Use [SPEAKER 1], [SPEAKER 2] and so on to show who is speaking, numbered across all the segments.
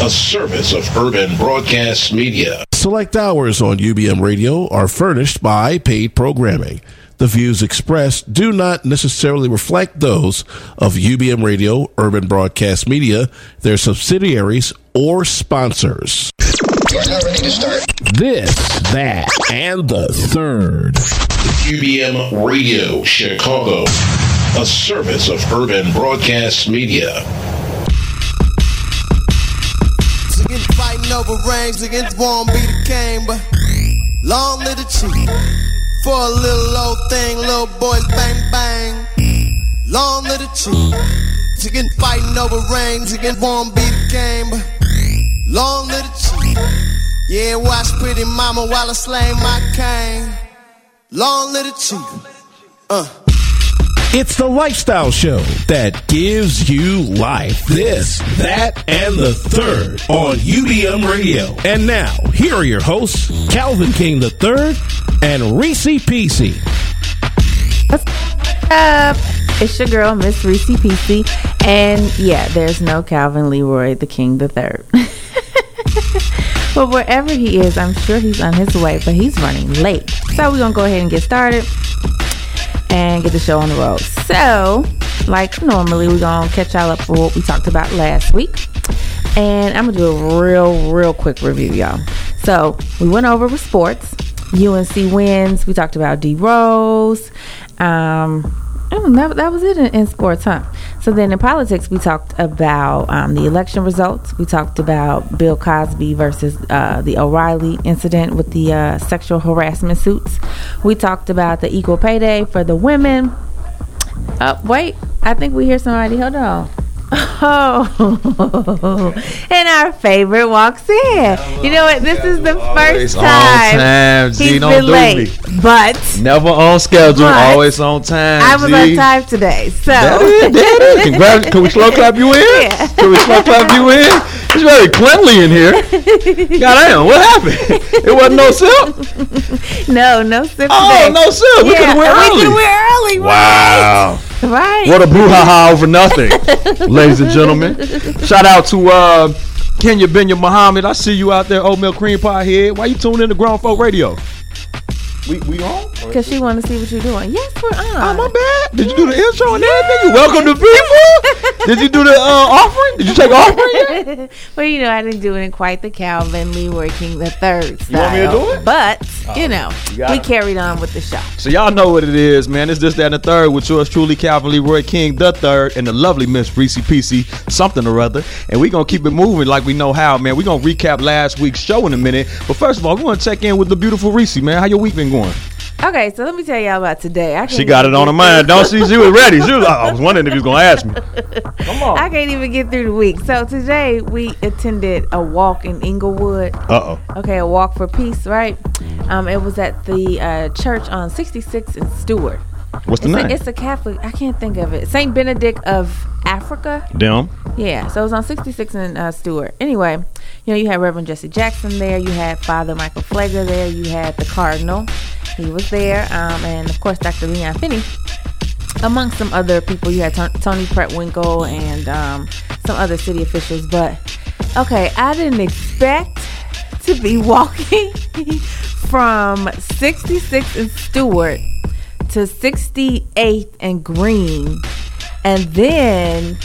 [SPEAKER 1] a service of Urban Broadcast Media.
[SPEAKER 2] Select hours on UBM Radio are furnished by paid programming. The views expressed do not necessarily reflect those of UBM Radio, Urban Broadcast Media, their subsidiaries, or sponsors.
[SPEAKER 3] You are not ready to start.
[SPEAKER 2] This, that, and the third.
[SPEAKER 1] UBM Radio Chicago, a service of Urban Broadcast Media.
[SPEAKER 4] Again, fighting over rings against won't be the game, but long live the chief. For a little old thing, little boys bang bang. Long live the chief. Again, fighting over rings against won't be the game, but long live the chief. Yeah, watch pretty mama while I slay my cane. Long live the chief. Uh.
[SPEAKER 2] It's the lifestyle show that gives you life. This, that, and the third on UBM Radio. And now, here are your hosts, Calvin King III and Reese PC.
[SPEAKER 5] up? It's your girl, Miss Reese PC. And yeah, there's no Calvin Leroy, the King the Third. but wherever he is, I'm sure he's on his way, but he's running late. So we're going to go ahead and get started and get the show on the road. So, like normally, we're going to catch y'all up for what we talked about last week. And I'm gonna do a real, real quick review, y'all. So we went over with sports. UNC wins. We talked about D Rose. Um, oh, that, that was it in, in sports, huh? So then in politics, we talked about um, the election results. We talked about Bill Cosby versus uh, the O'Reilly incident with the uh, sexual harassment suits. We talked about the equal payday for the women. Uh, wait, I think we hear somebody. Hold on. Oh, and our favorite walks in. You know what? This is the first
[SPEAKER 6] on
[SPEAKER 5] time,
[SPEAKER 6] time, G,
[SPEAKER 5] he's
[SPEAKER 6] don't
[SPEAKER 5] been
[SPEAKER 6] do
[SPEAKER 5] late, but
[SPEAKER 6] Never on schedule,
[SPEAKER 5] But
[SPEAKER 6] always on time.
[SPEAKER 5] I was
[SPEAKER 6] G.
[SPEAKER 5] on time today. So
[SPEAKER 6] That is, that is. Congrats. Can we slow clap you in?
[SPEAKER 5] Yeah.
[SPEAKER 6] Can we slow clap you in? It's very cleanly in here. Goddamn, what happened? It wasn't no silk.
[SPEAKER 5] no, no sip
[SPEAKER 6] Oh,
[SPEAKER 5] today.
[SPEAKER 6] no silk. We
[SPEAKER 5] yeah, oh,
[SPEAKER 6] could wear
[SPEAKER 5] we
[SPEAKER 6] early.
[SPEAKER 5] could wear early.
[SPEAKER 6] wow.
[SPEAKER 5] Right.
[SPEAKER 6] What a brouhaha over nothing, ladies and gentlemen. Shout out to uh, Kenya Benya Muhammad. I see you out there, oatmeal cream pie head. Why you tuning in to Grown Folk Radio? We we on?
[SPEAKER 5] Because she want to see what you're doing. Yes, we're
[SPEAKER 6] Oh,
[SPEAKER 5] on.
[SPEAKER 6] my bad. Did you do the intro and everything? You welcome the people. Did you do the uh, offering? Did you take offering? Yet?
[SPEAKER 5] well, you know, I didn't do it in quite the Calvin Leroy King the third style.
[SPEAKER 6] want me to do it? Oh,
[SPEAKER 5] But you know,
[SPEAKER 6] got
[SPEAKER 5] we
[SPEAKER 6] it.
[SPEAKER 5] carried on with the show.
[SPEAKER 6] So y'all know what it is, man. It's this, that, and the third with yours truly, Calvin Leroy King the third, and the lovely Miss Reese PC, something or other. And we gonna keep it moving like we know how, man. we gonna recap last week's show in a minute. But first of all, we wanna check in with the beautiful Reese, man. How your week been going?
[SPEAKER 5] Okay, so let me tell y'all about today. I
[SPEAKER 6] She
[SPEAKER 5] can't
[SPEAKER 6] got it
[SPEAKER 5] even
[SPEAKER 6] on her
[SPEAKER 5] get
[SPEAKER 6] mind. Don't she? She was ready. She was like, I was wondering if you was gonna ask me. Come
[SPEAKER 5] through- I
[SPEAKER 6] on.
[SPEAKER 5] can't even get through the week. So today we attended a walk in Inglewood.
[SPEAKER 6] Uh oh.
[SPEAKER 5] Okay, a walk for peace, right? Um, it was at the uh, church on 66 and Stewart.
[SPEAKER 6] What's the
[SPEAKER 5] It's a,
[SPEAKER 6] name?
[SPEAKER 5] it's a Catholic. I can't think of it. Saint Benedict of Africa.
[SPEAKER 6] Them.
[SPEAKER 5] Yeah, so it was on 66 and uh, Stewart. Anyway, you know, you had Reverend Jesse Jackson there, you had Father Michael Flegger there, you had the Cardinal, he was there, um, and of course, Dr. Leon Finney. Amongst some other people, you had Ton Tony Prettwinkle and um, some other city officials. But okay, I didn't expect to be walking from 66 and Stewart to 68th and Green, and then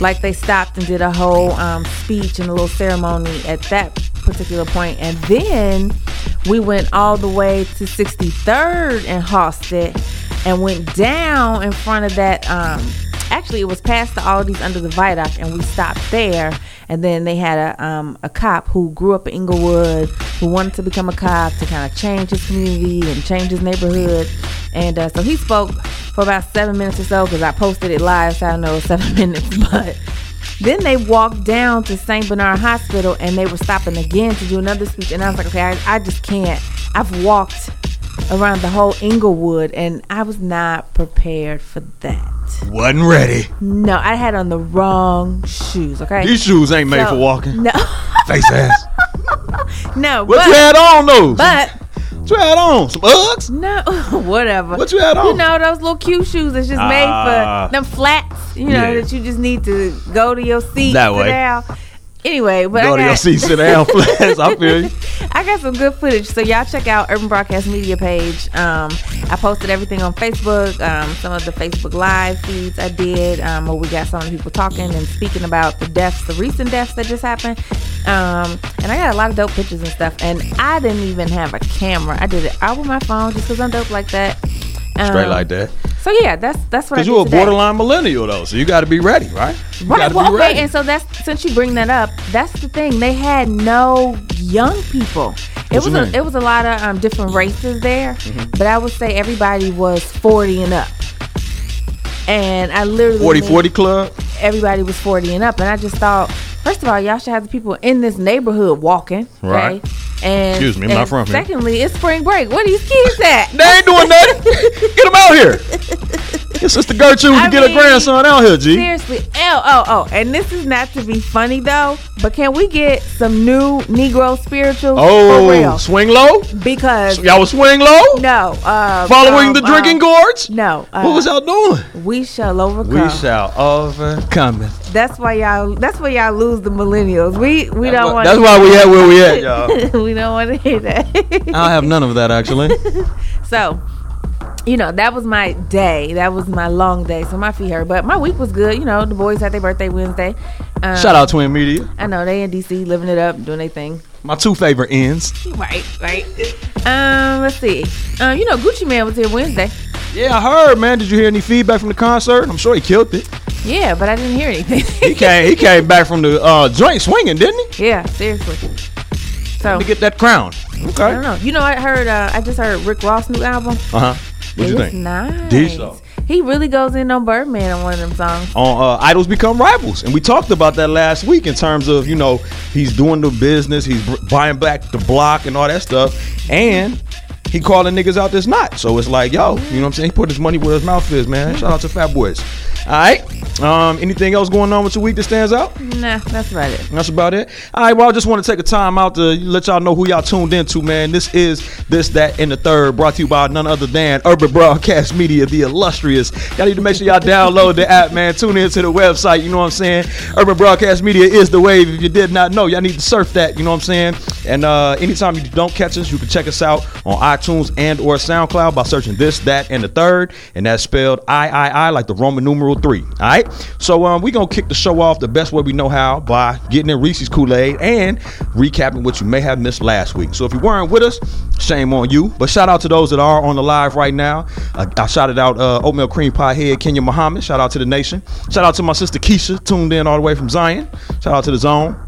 [SPEAKER 5] like they stopped and did a whole um, speech and a little ceremony at that particular point and then we went all the way to 63rd and Halsted and went down in front of that um, actually it was past the Aldi's under the viaduct and we stopped there and then they had a, um, a cop who grew up in Inglewood who wanted to become a cop to kind of change his community and change his neighborhood and uh, so he spoke for about seven minutes or so because I posted it live so I know it was seven minutes but then they walked down to St. Bernard Hospital and they were stopping again to do another speech. And I was like, okay, I, I just can't. I've walked around the whole Inglewood and I was not prepared for that.
[SPEAKER 6] Wasn't ready.
[SPEAKER 5] No, I had on the wrong shoes, okay?
[SPEAKER 6] These shoes ain't made
[SPEAKER 5] So-
[SPEAKER 6] for walking.
[SPEAKER 5] No,
[SPEAKER 6] Face ass.
[SPEAKER 5] no,
[SPEAKER 6] What you
[SPEAKER 5] but,
[SPEAKER 6] had on those?
[SPEAKER 5] but
[SPEAKER 6] What you had on? Some Uggs?
[SPEAKER 5] no, whatever.
[SPEAKER 6] What you had on?
[SPEAKER 5] You know those little cute shoes that's just made
[SPEAKER 6] Ah.
[SPEAKER 5] for them flats. You know
[SPEAKER 6] Yeah.
[SPEAKER 5] that you just need to go to your seat.
[SPEAKER 6] That
[SPEAKER 5] sit
[SPEAKER 6] way.
[SPEAKER 5] down. Anyway, but
[SPEAKER 6] Go
[SPEAKER 5] I
[SPEAKER 6] to your
[SPEAKER 5] got,
[SPEAKER 6] seat, sit down, Flash. I feel you.
[SPEAKER 5] I got some good footage. So y'all check out Urban Broadcast Media page. Um, I posted everything on Facebook. Um, some of the Facebook live feeds I did, um, where we got some of the people talking and speaking about the deaths, the recent deaths that just happened. Um, and I got a lot of dope pictures and stuff. And I didn't even have a camera. I did it all with my phone, just because I'm dope like that. Um,
[SPEAKER 6] Straight like that.
[SPEAKER 5] So yeah, that's that's what I
[SPEAKER 6] Because
[SPEAKER 5] did
[SPEAKER 6] you're a
[SPEAKER 5] today.
[SPEAKER 6] borderline millennial, though, so you got to be ready, right? You
[SPEAKER 5] Right.
[SPEAKER 6] gotta
[SPEAKER 5] Well,
[SPEAKER 6] be
[SPEAKER 5] okay.
[SPEAKER 6] ready.
[SPEAKER 5] And so that's since you bring that up, that's the thing. They had no young people. It
[SPEAKER 6] What
[SPEAKER 5] was
[SPEAKER 6] you mean? Mm-hmm.
[SPEAKER 5] a, it was a lot of um, different races there, but I would say everybody was forty and up. And I literally
[SPEAKER 6] 40
[SPEAKER 5] mean
[SPEAKER 6] 40 club.
[SPEAKER 5] everybody was forty and up, and I just thought, first of all, y'all should have the people in this neighborhood walking,
[SPEAKER 6] Right.
[SPEAKER 5] okay? And
[SPEAKER 6] Excuse me, I'm
[SPEAKER 5] and
[SPEAKER 6] not from here.
[SPEAKER 5] Secondly, it's spring break. Where these kids at?
[SPEAKER 6] They ain't doing nothing. get them out here. Your sister Gertrude
[SPEAKER 5] I
[SPEAKER 6] can get her
[SPEAKER 5] mean,
[SPEAKER 6] grandson out here, G.
[SPEAKER 5] Seriously. Oh, oh, oh. And this is not to be funny though, but can we get some new Negro spirituals for
[SPEAKER 6] Oh,
[SPEAKER 5] real?
[SPEAKER 6] swing low?
[SPEAKER 5] Because
[SPEAKER 6] Y'all was swing low?
[SPEAKER 5] no, uh,
[SPEAKER 6] Following
[SPEAKER 5] um,
[SPEAKER 6] the
[SPEAKER 5] um,
[SPEAKER 6] drinking gourds?
[SPEAKER 5] No, uh,
[SPEAKER 6] what was y'all doing?
[SPEAKER 5] we shall overcome.
[SPEAKER 6] We shall overcome it.
[SPEAKER 5] That's why y'all. That's why y'all lose the millennials. We we don't want.
[SPEAKER 6] That's why we at where we at, y'all.
[SPEAKER 5] we don't want to hear that.
[SPEAKER 6] I don't have none of that, actually.
[SPEAKER 5] So, you know, that was my day. That was my long day. So my feet hurt, but my week was good. You know, the boys had their birthday Wednesday. Um,
[SPEAKER 6] Shout out Twin Media.
[SPEAKER 5] I know they in DC living it up, doing their thing.
[SPEAKER 6] My two favorite ends.
[SPEAKER 5] Right, right. Um, let's see. Um, you know, Gucci Man was here Wednesday.
[SPEAKER 6] Yeah, I heard, man. Did you hear any feedback from the concert? I'm sure he killed it.
[SPEAKER 5] Yeah, but I didn't hear anything.
[SPEAKER 6] He came, he came back from the uh, joint swinging, didn't he?
[SPEAKER 5] yeah, seriously. So
[SPEAKER 6] To get that crown.
[SPEAKER 5] I don't
[SPEAKER 6] Okay.
[SPEAKER 5] know. You know, I heard. Uh, I just heard Rick Ross' new album.
[SPEAKER 6] Uh huh. What
[SPEAKER 5] it
[SPEAKER 6] you
[SPEAKER 5] was
[SPEAKER 6] think?
[SPEAKER 5] Nice.
[SPEAKER 6] Did so.
[SPEAKER 5] He really goes in on Birdman on one of them songs.
[SPEAKER 6] on uh, idols become rivals and we talked about that last week in terms of you know he's doing the business he's br- buying back the block and all that stuff and he calling niggas out that's not so it's like yo you know what i'm saying he put his money where his mouth is man shout out to fat boys all right um anything else going on with your week that stands out
[SPEAKER 5] Nah, that's about it.
[SPEAKER 6] that's about it. All right, well, I just want to take a time out to let y'all know who y'all tuned into, man. This is This, That, and the Third, brought to you by none other than Urban Broadcast Media, the illustrious. Y'all need to make sure y'all download the app, man. Tune into the website, you know what I'm saying? Urban Broadcast Media is the wave. If you did not know, y'all need to surf that, you know what I'm saying? And uh, anytime you don't catch us, you can check us out on iTunes and or SoundCloud by searching This, That, and the Third, and that's spelled I-I-I like the Roman numeral three, all right? So um, we going to kick the show off the best way we know how by getting in Reese's Kool Aid and recapping what you may have missed last week. So if you weren't with us, shame on you. But shout out to those that are on the live right now. Uh, I shouted out uh, Oatmeal Cream Pie Head, Kenya Muhammad. Shout out to the nation. Shout out to my sister Keisha, tuned in all the way from Zion. Shout out to the zone.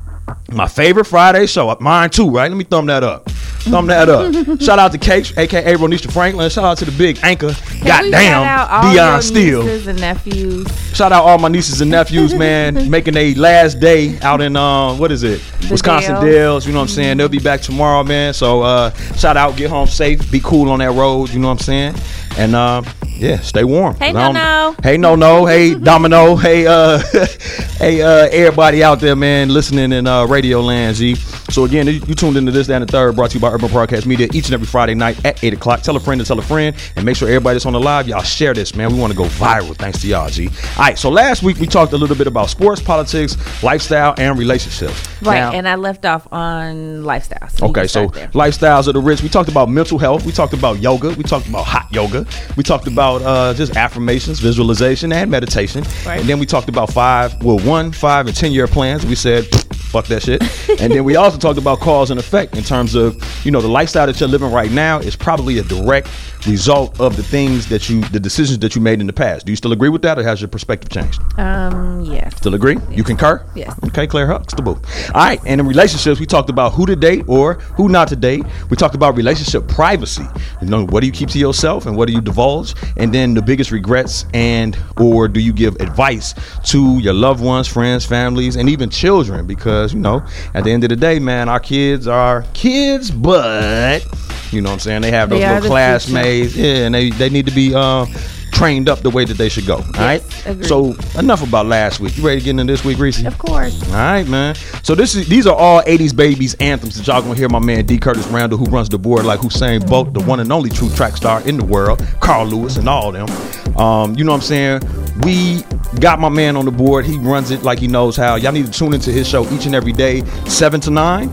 [SPEAKER 6] My favorite Friday show, uh, mine too, right? Let me thumb that up. Thumb that up. shout out to Cakes, aka Ronisha Franklin. Shout out to the big anchor.
[SPEAKER 5] Can we shout out all
[SPEAKER 6] Goddamn, Dion
[SPEAKER 5] your
[SPEAKER 6] Steele.
[SPEAKER 5] nieces and nephews.
[SPEAKER 6] Shout out all my nieces and nephews, man, making their last day out in um, what is it, Wisconsin
[SPEAKER 5] Dells.
[SPEAKER 6] Dells. You know what I'm saying? They'll be back tomorrow, man. So uh, shout out, get home safe, be cool on that road. You know what I'm saying? And uh, yeah, stay warm.
[SPEAKER 5] Hey,
[SPEAKER 6] 'Cause I don't-
[SPEAKER 5] No-No.
[SPEAKER 6] Hey no no. Hey Domino. Hey uh, hey uh, everybody out there, man, listening in uh, Radio Land, G. So again, you you tuned into this, that, and the third, brought to you by Urban Broadcast Media each and every Friday night at eight o'clock. Tell a friend to tell a friend, and make sure everybody that's on the live, y'all share this, man. We want to go viral, thanks to y'all, G. All right. So last week we talked a little bit about sports, politics, lifestyle, and relationships.
[SPEAKER 5] Right,
[SPEAKER 6] Now-
[SPEAKER 5] and I left off on lifestyle. So you
[SPEAKER 6] Okay,
[SPEAKER 5] can
[SPEAKER 6] so
[SPEAKER 5] start there.
[SPEAKER 6] lifestyles of the rich. We talked about mental health. We talked about yoga. We talked about hot yoga. We talked
[SPEAKER 5] Mm-hmm.
[SPEAKER 6] about uh, just affirmations, visualization, and meditation.
[SPEAKER 5] Right.
[SPEAKER 6] And then we talked about five, well, one, five, and ten year plans. We said, fuck that shit. and then we also talked about cause and effect in terms of you know the lifestyle that you're living right now is probably a direct result of the things that you, the decisions that you made in the past. Do you still agree with that, or has your perspective changed?
[SPEAKER 5] um, yes.
[SPEAKER 6] Still agree? You concur?
[SPEAKER 5] Yes.
[SPEAKER 6] Okay, Claire Hucks, the boo. All right, and in relationships, we talked about who to date or who not to date. We talked about relationship privacy. You know, what do you keep to yourself and what do you divulge? And then the biggest regrets and or do you give advice to your loved ones, friends, families, and even children? Because, you know, at the end of the day, man, our kids are kids, but you know what I'm saying? They have those
[SPEAKER 5] They are
[SPEAKER 6] little
[SPEAKER 5] the
[SPEAKER 6] classmates. Yeah, and they, they need to be uh, trained up the way that they should go. All right.
[SPEAKER 5] agreed.
[SPEAKER 6] So enough about last week. You ready to get into this week, Reese?
[SPEAKER 5] Of course.
[SPEAKER 6] All right, man. So this is these are all '80s babies anthems that y'all gonna hear. My man D. Curtis Randall, who runs the board like Hussein Bolt, the one and only true track star in the world, Carl Lewis, and all them. Um, you know what I'm saying? We Got my man on the board. He runs it like he knows how. Y'all need to tune into his show each and every day, 7 to 9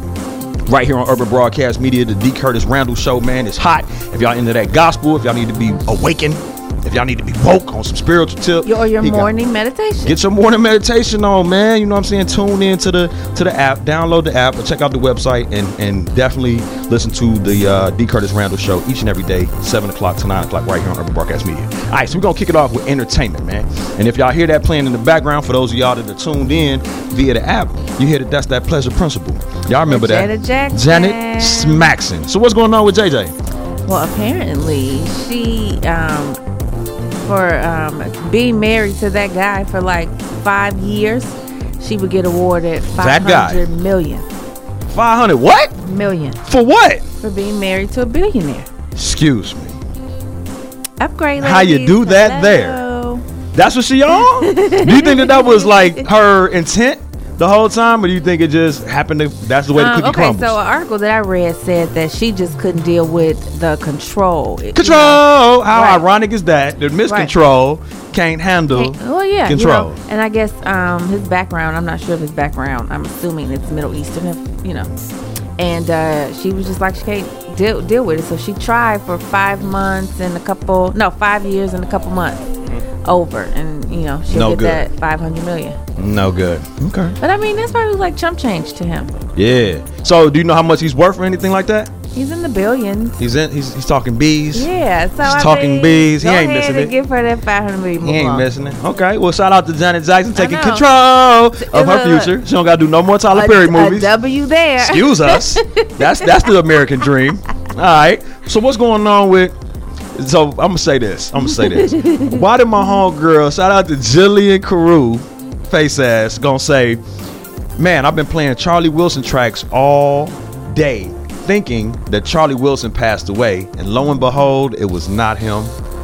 [SPEAKER 6] right here on Urban Broadcast Media, the D. Curtis Randall Show, man. It's hot. If y'all into that gospel, if y'all need to be awakened, if y'all need to be woke on some spiritual tip,
[SPEAKER 5] Your, or your
[SPEAKER 6] he got-
[SPEAKER 5] morning meditation.
[SPEAKER 6] Get your morning meditation on, man. You know what I'm saying? Tune in to the to the app, download the app, or check out the website, and and definitely listen to the uh, D. Curtis Randall show each and every day, seven o'clock to nine o'clock, right here on Urban Broadcast Media. All right, so we're gonna kick it off with entertainment, man. And if y'all hear that playing in the background, for those of y'all that are tuned in via the app, you hear that that's that pleasure principle. Y'all remember
[SPEAKER 5] Janet
[SPEAKER 6] that?
[SPEAKER 5] Jackson.
[SPEAKER 6] Janet Smaxson. So what's going on with JJ?
[SPEAKER 5] Well, apparently she um for um being married to that guy for like five years, she would get awarded
[SPEAKER 6] That
[SPEAKER 5] five
[SPEAKER 6] guy.
[SPEAKER 5] hundred million
[SPEAKER 6] Five hundred. What?
[SPEAKER 5] million
[SPEAKER 6] For what?
[SPEAKER 5] for being married to a billionaire.
[SPEAKER 6] Excuse me.
[SPEAKER 5] Upgrade.
[SPEAKER 6] How you
[SPEAKER 5] ladies.
[SPEAKER 6] do that there?
[SPEAKER 5] Hello.
[SPEAKER 6] That's what she on? do you think that that was like her intent the whole time, or do you think it just happened to? That's the way the
[SPEAKER 5] Um,
[SPEAKER 6] cookie
[SPEAKER 5] okay,
[SPEAKER 6] crumbles.
[SPEAKER 5] so an article that I read said that she just couldn't deal with the control. It- you
[SPEAKER 6] control.
[SPEAKER 5] know,
[SPEAKER 6] How
[SPEAKER 5] Right.
[SPEAKER 6] ironic is that? The miscontrol can't handle.
[SPEAKER 5] Hey, well, yeah, you
[SPEAKER 6] control.
[SPEAKER 5] know, and I guess um, his background. I'm not sure of his background. I'm assuming it's Middle Eastern, if, you know. And uh, she was just like she can't deal deal with it. So she tried for five months and a couple, no, five years and a couple months over, and you know she
[SPEAKER 6] Mm-hmm. No
[SPEAKER 5] did
[SPEAKER 6] good.
[SPEAKER 5] that 500 million.
[SPEAKER 6] No good. Okay.
[SPEAKER 5] But I mean, that's probably like chump change to him.
[SPEAKER 6] Yeah. So do you know how much he's worth or anything like that?
[SPEAKER 5] He's in the billions.
[SPEAKER 6] He's in. He's, he's talking bees.
[SPEAKER 5] Yeah, so I
[SPEAKER 6] talking
[SPEAKER 5] mean,
[SPEAKER 6] bees. He
[SPEAKER 5] go
[SPEAKER 6] ain't
[SPEAKER 5] ahead
[SPEAKER 6] missing
[SPEAKER 5] and
[SPEAKER 6] it.
[SPEAKER 5] Give her that 500 million.
[SPEAKER 6] He
[SPEAKER 5] move
[SPEAKER 6] ain't
[SPEAKER 5] on.
[SPEAKER 6] missing it. Okay. Well, shout out to Janet Jackson taking
[SPEAKER 5] know.
[SPEAKER 6] control of her
[SPEAKER 5] Look.
[SPEAKER 6] future. She don't got to do no more Tyler
[SPEAKER 5] A-
[SPEAKER 6] Perry
[SPEAKER 5] a
[SPEAKER 6] movies.
[SPEAKER 5] W there.
[SPEAKER 6] Excuse us. That's that's the American dream. All right. So what's going on with? So I'm gonna say this. I'm gonna say this. Why did my homegirl shout out to Jillian Carew, face ass, gonna say, man, I've been playing Charlie Wilson tracks all day, thinking that Charlie Wilson passed away, and lo and behold, it was not him.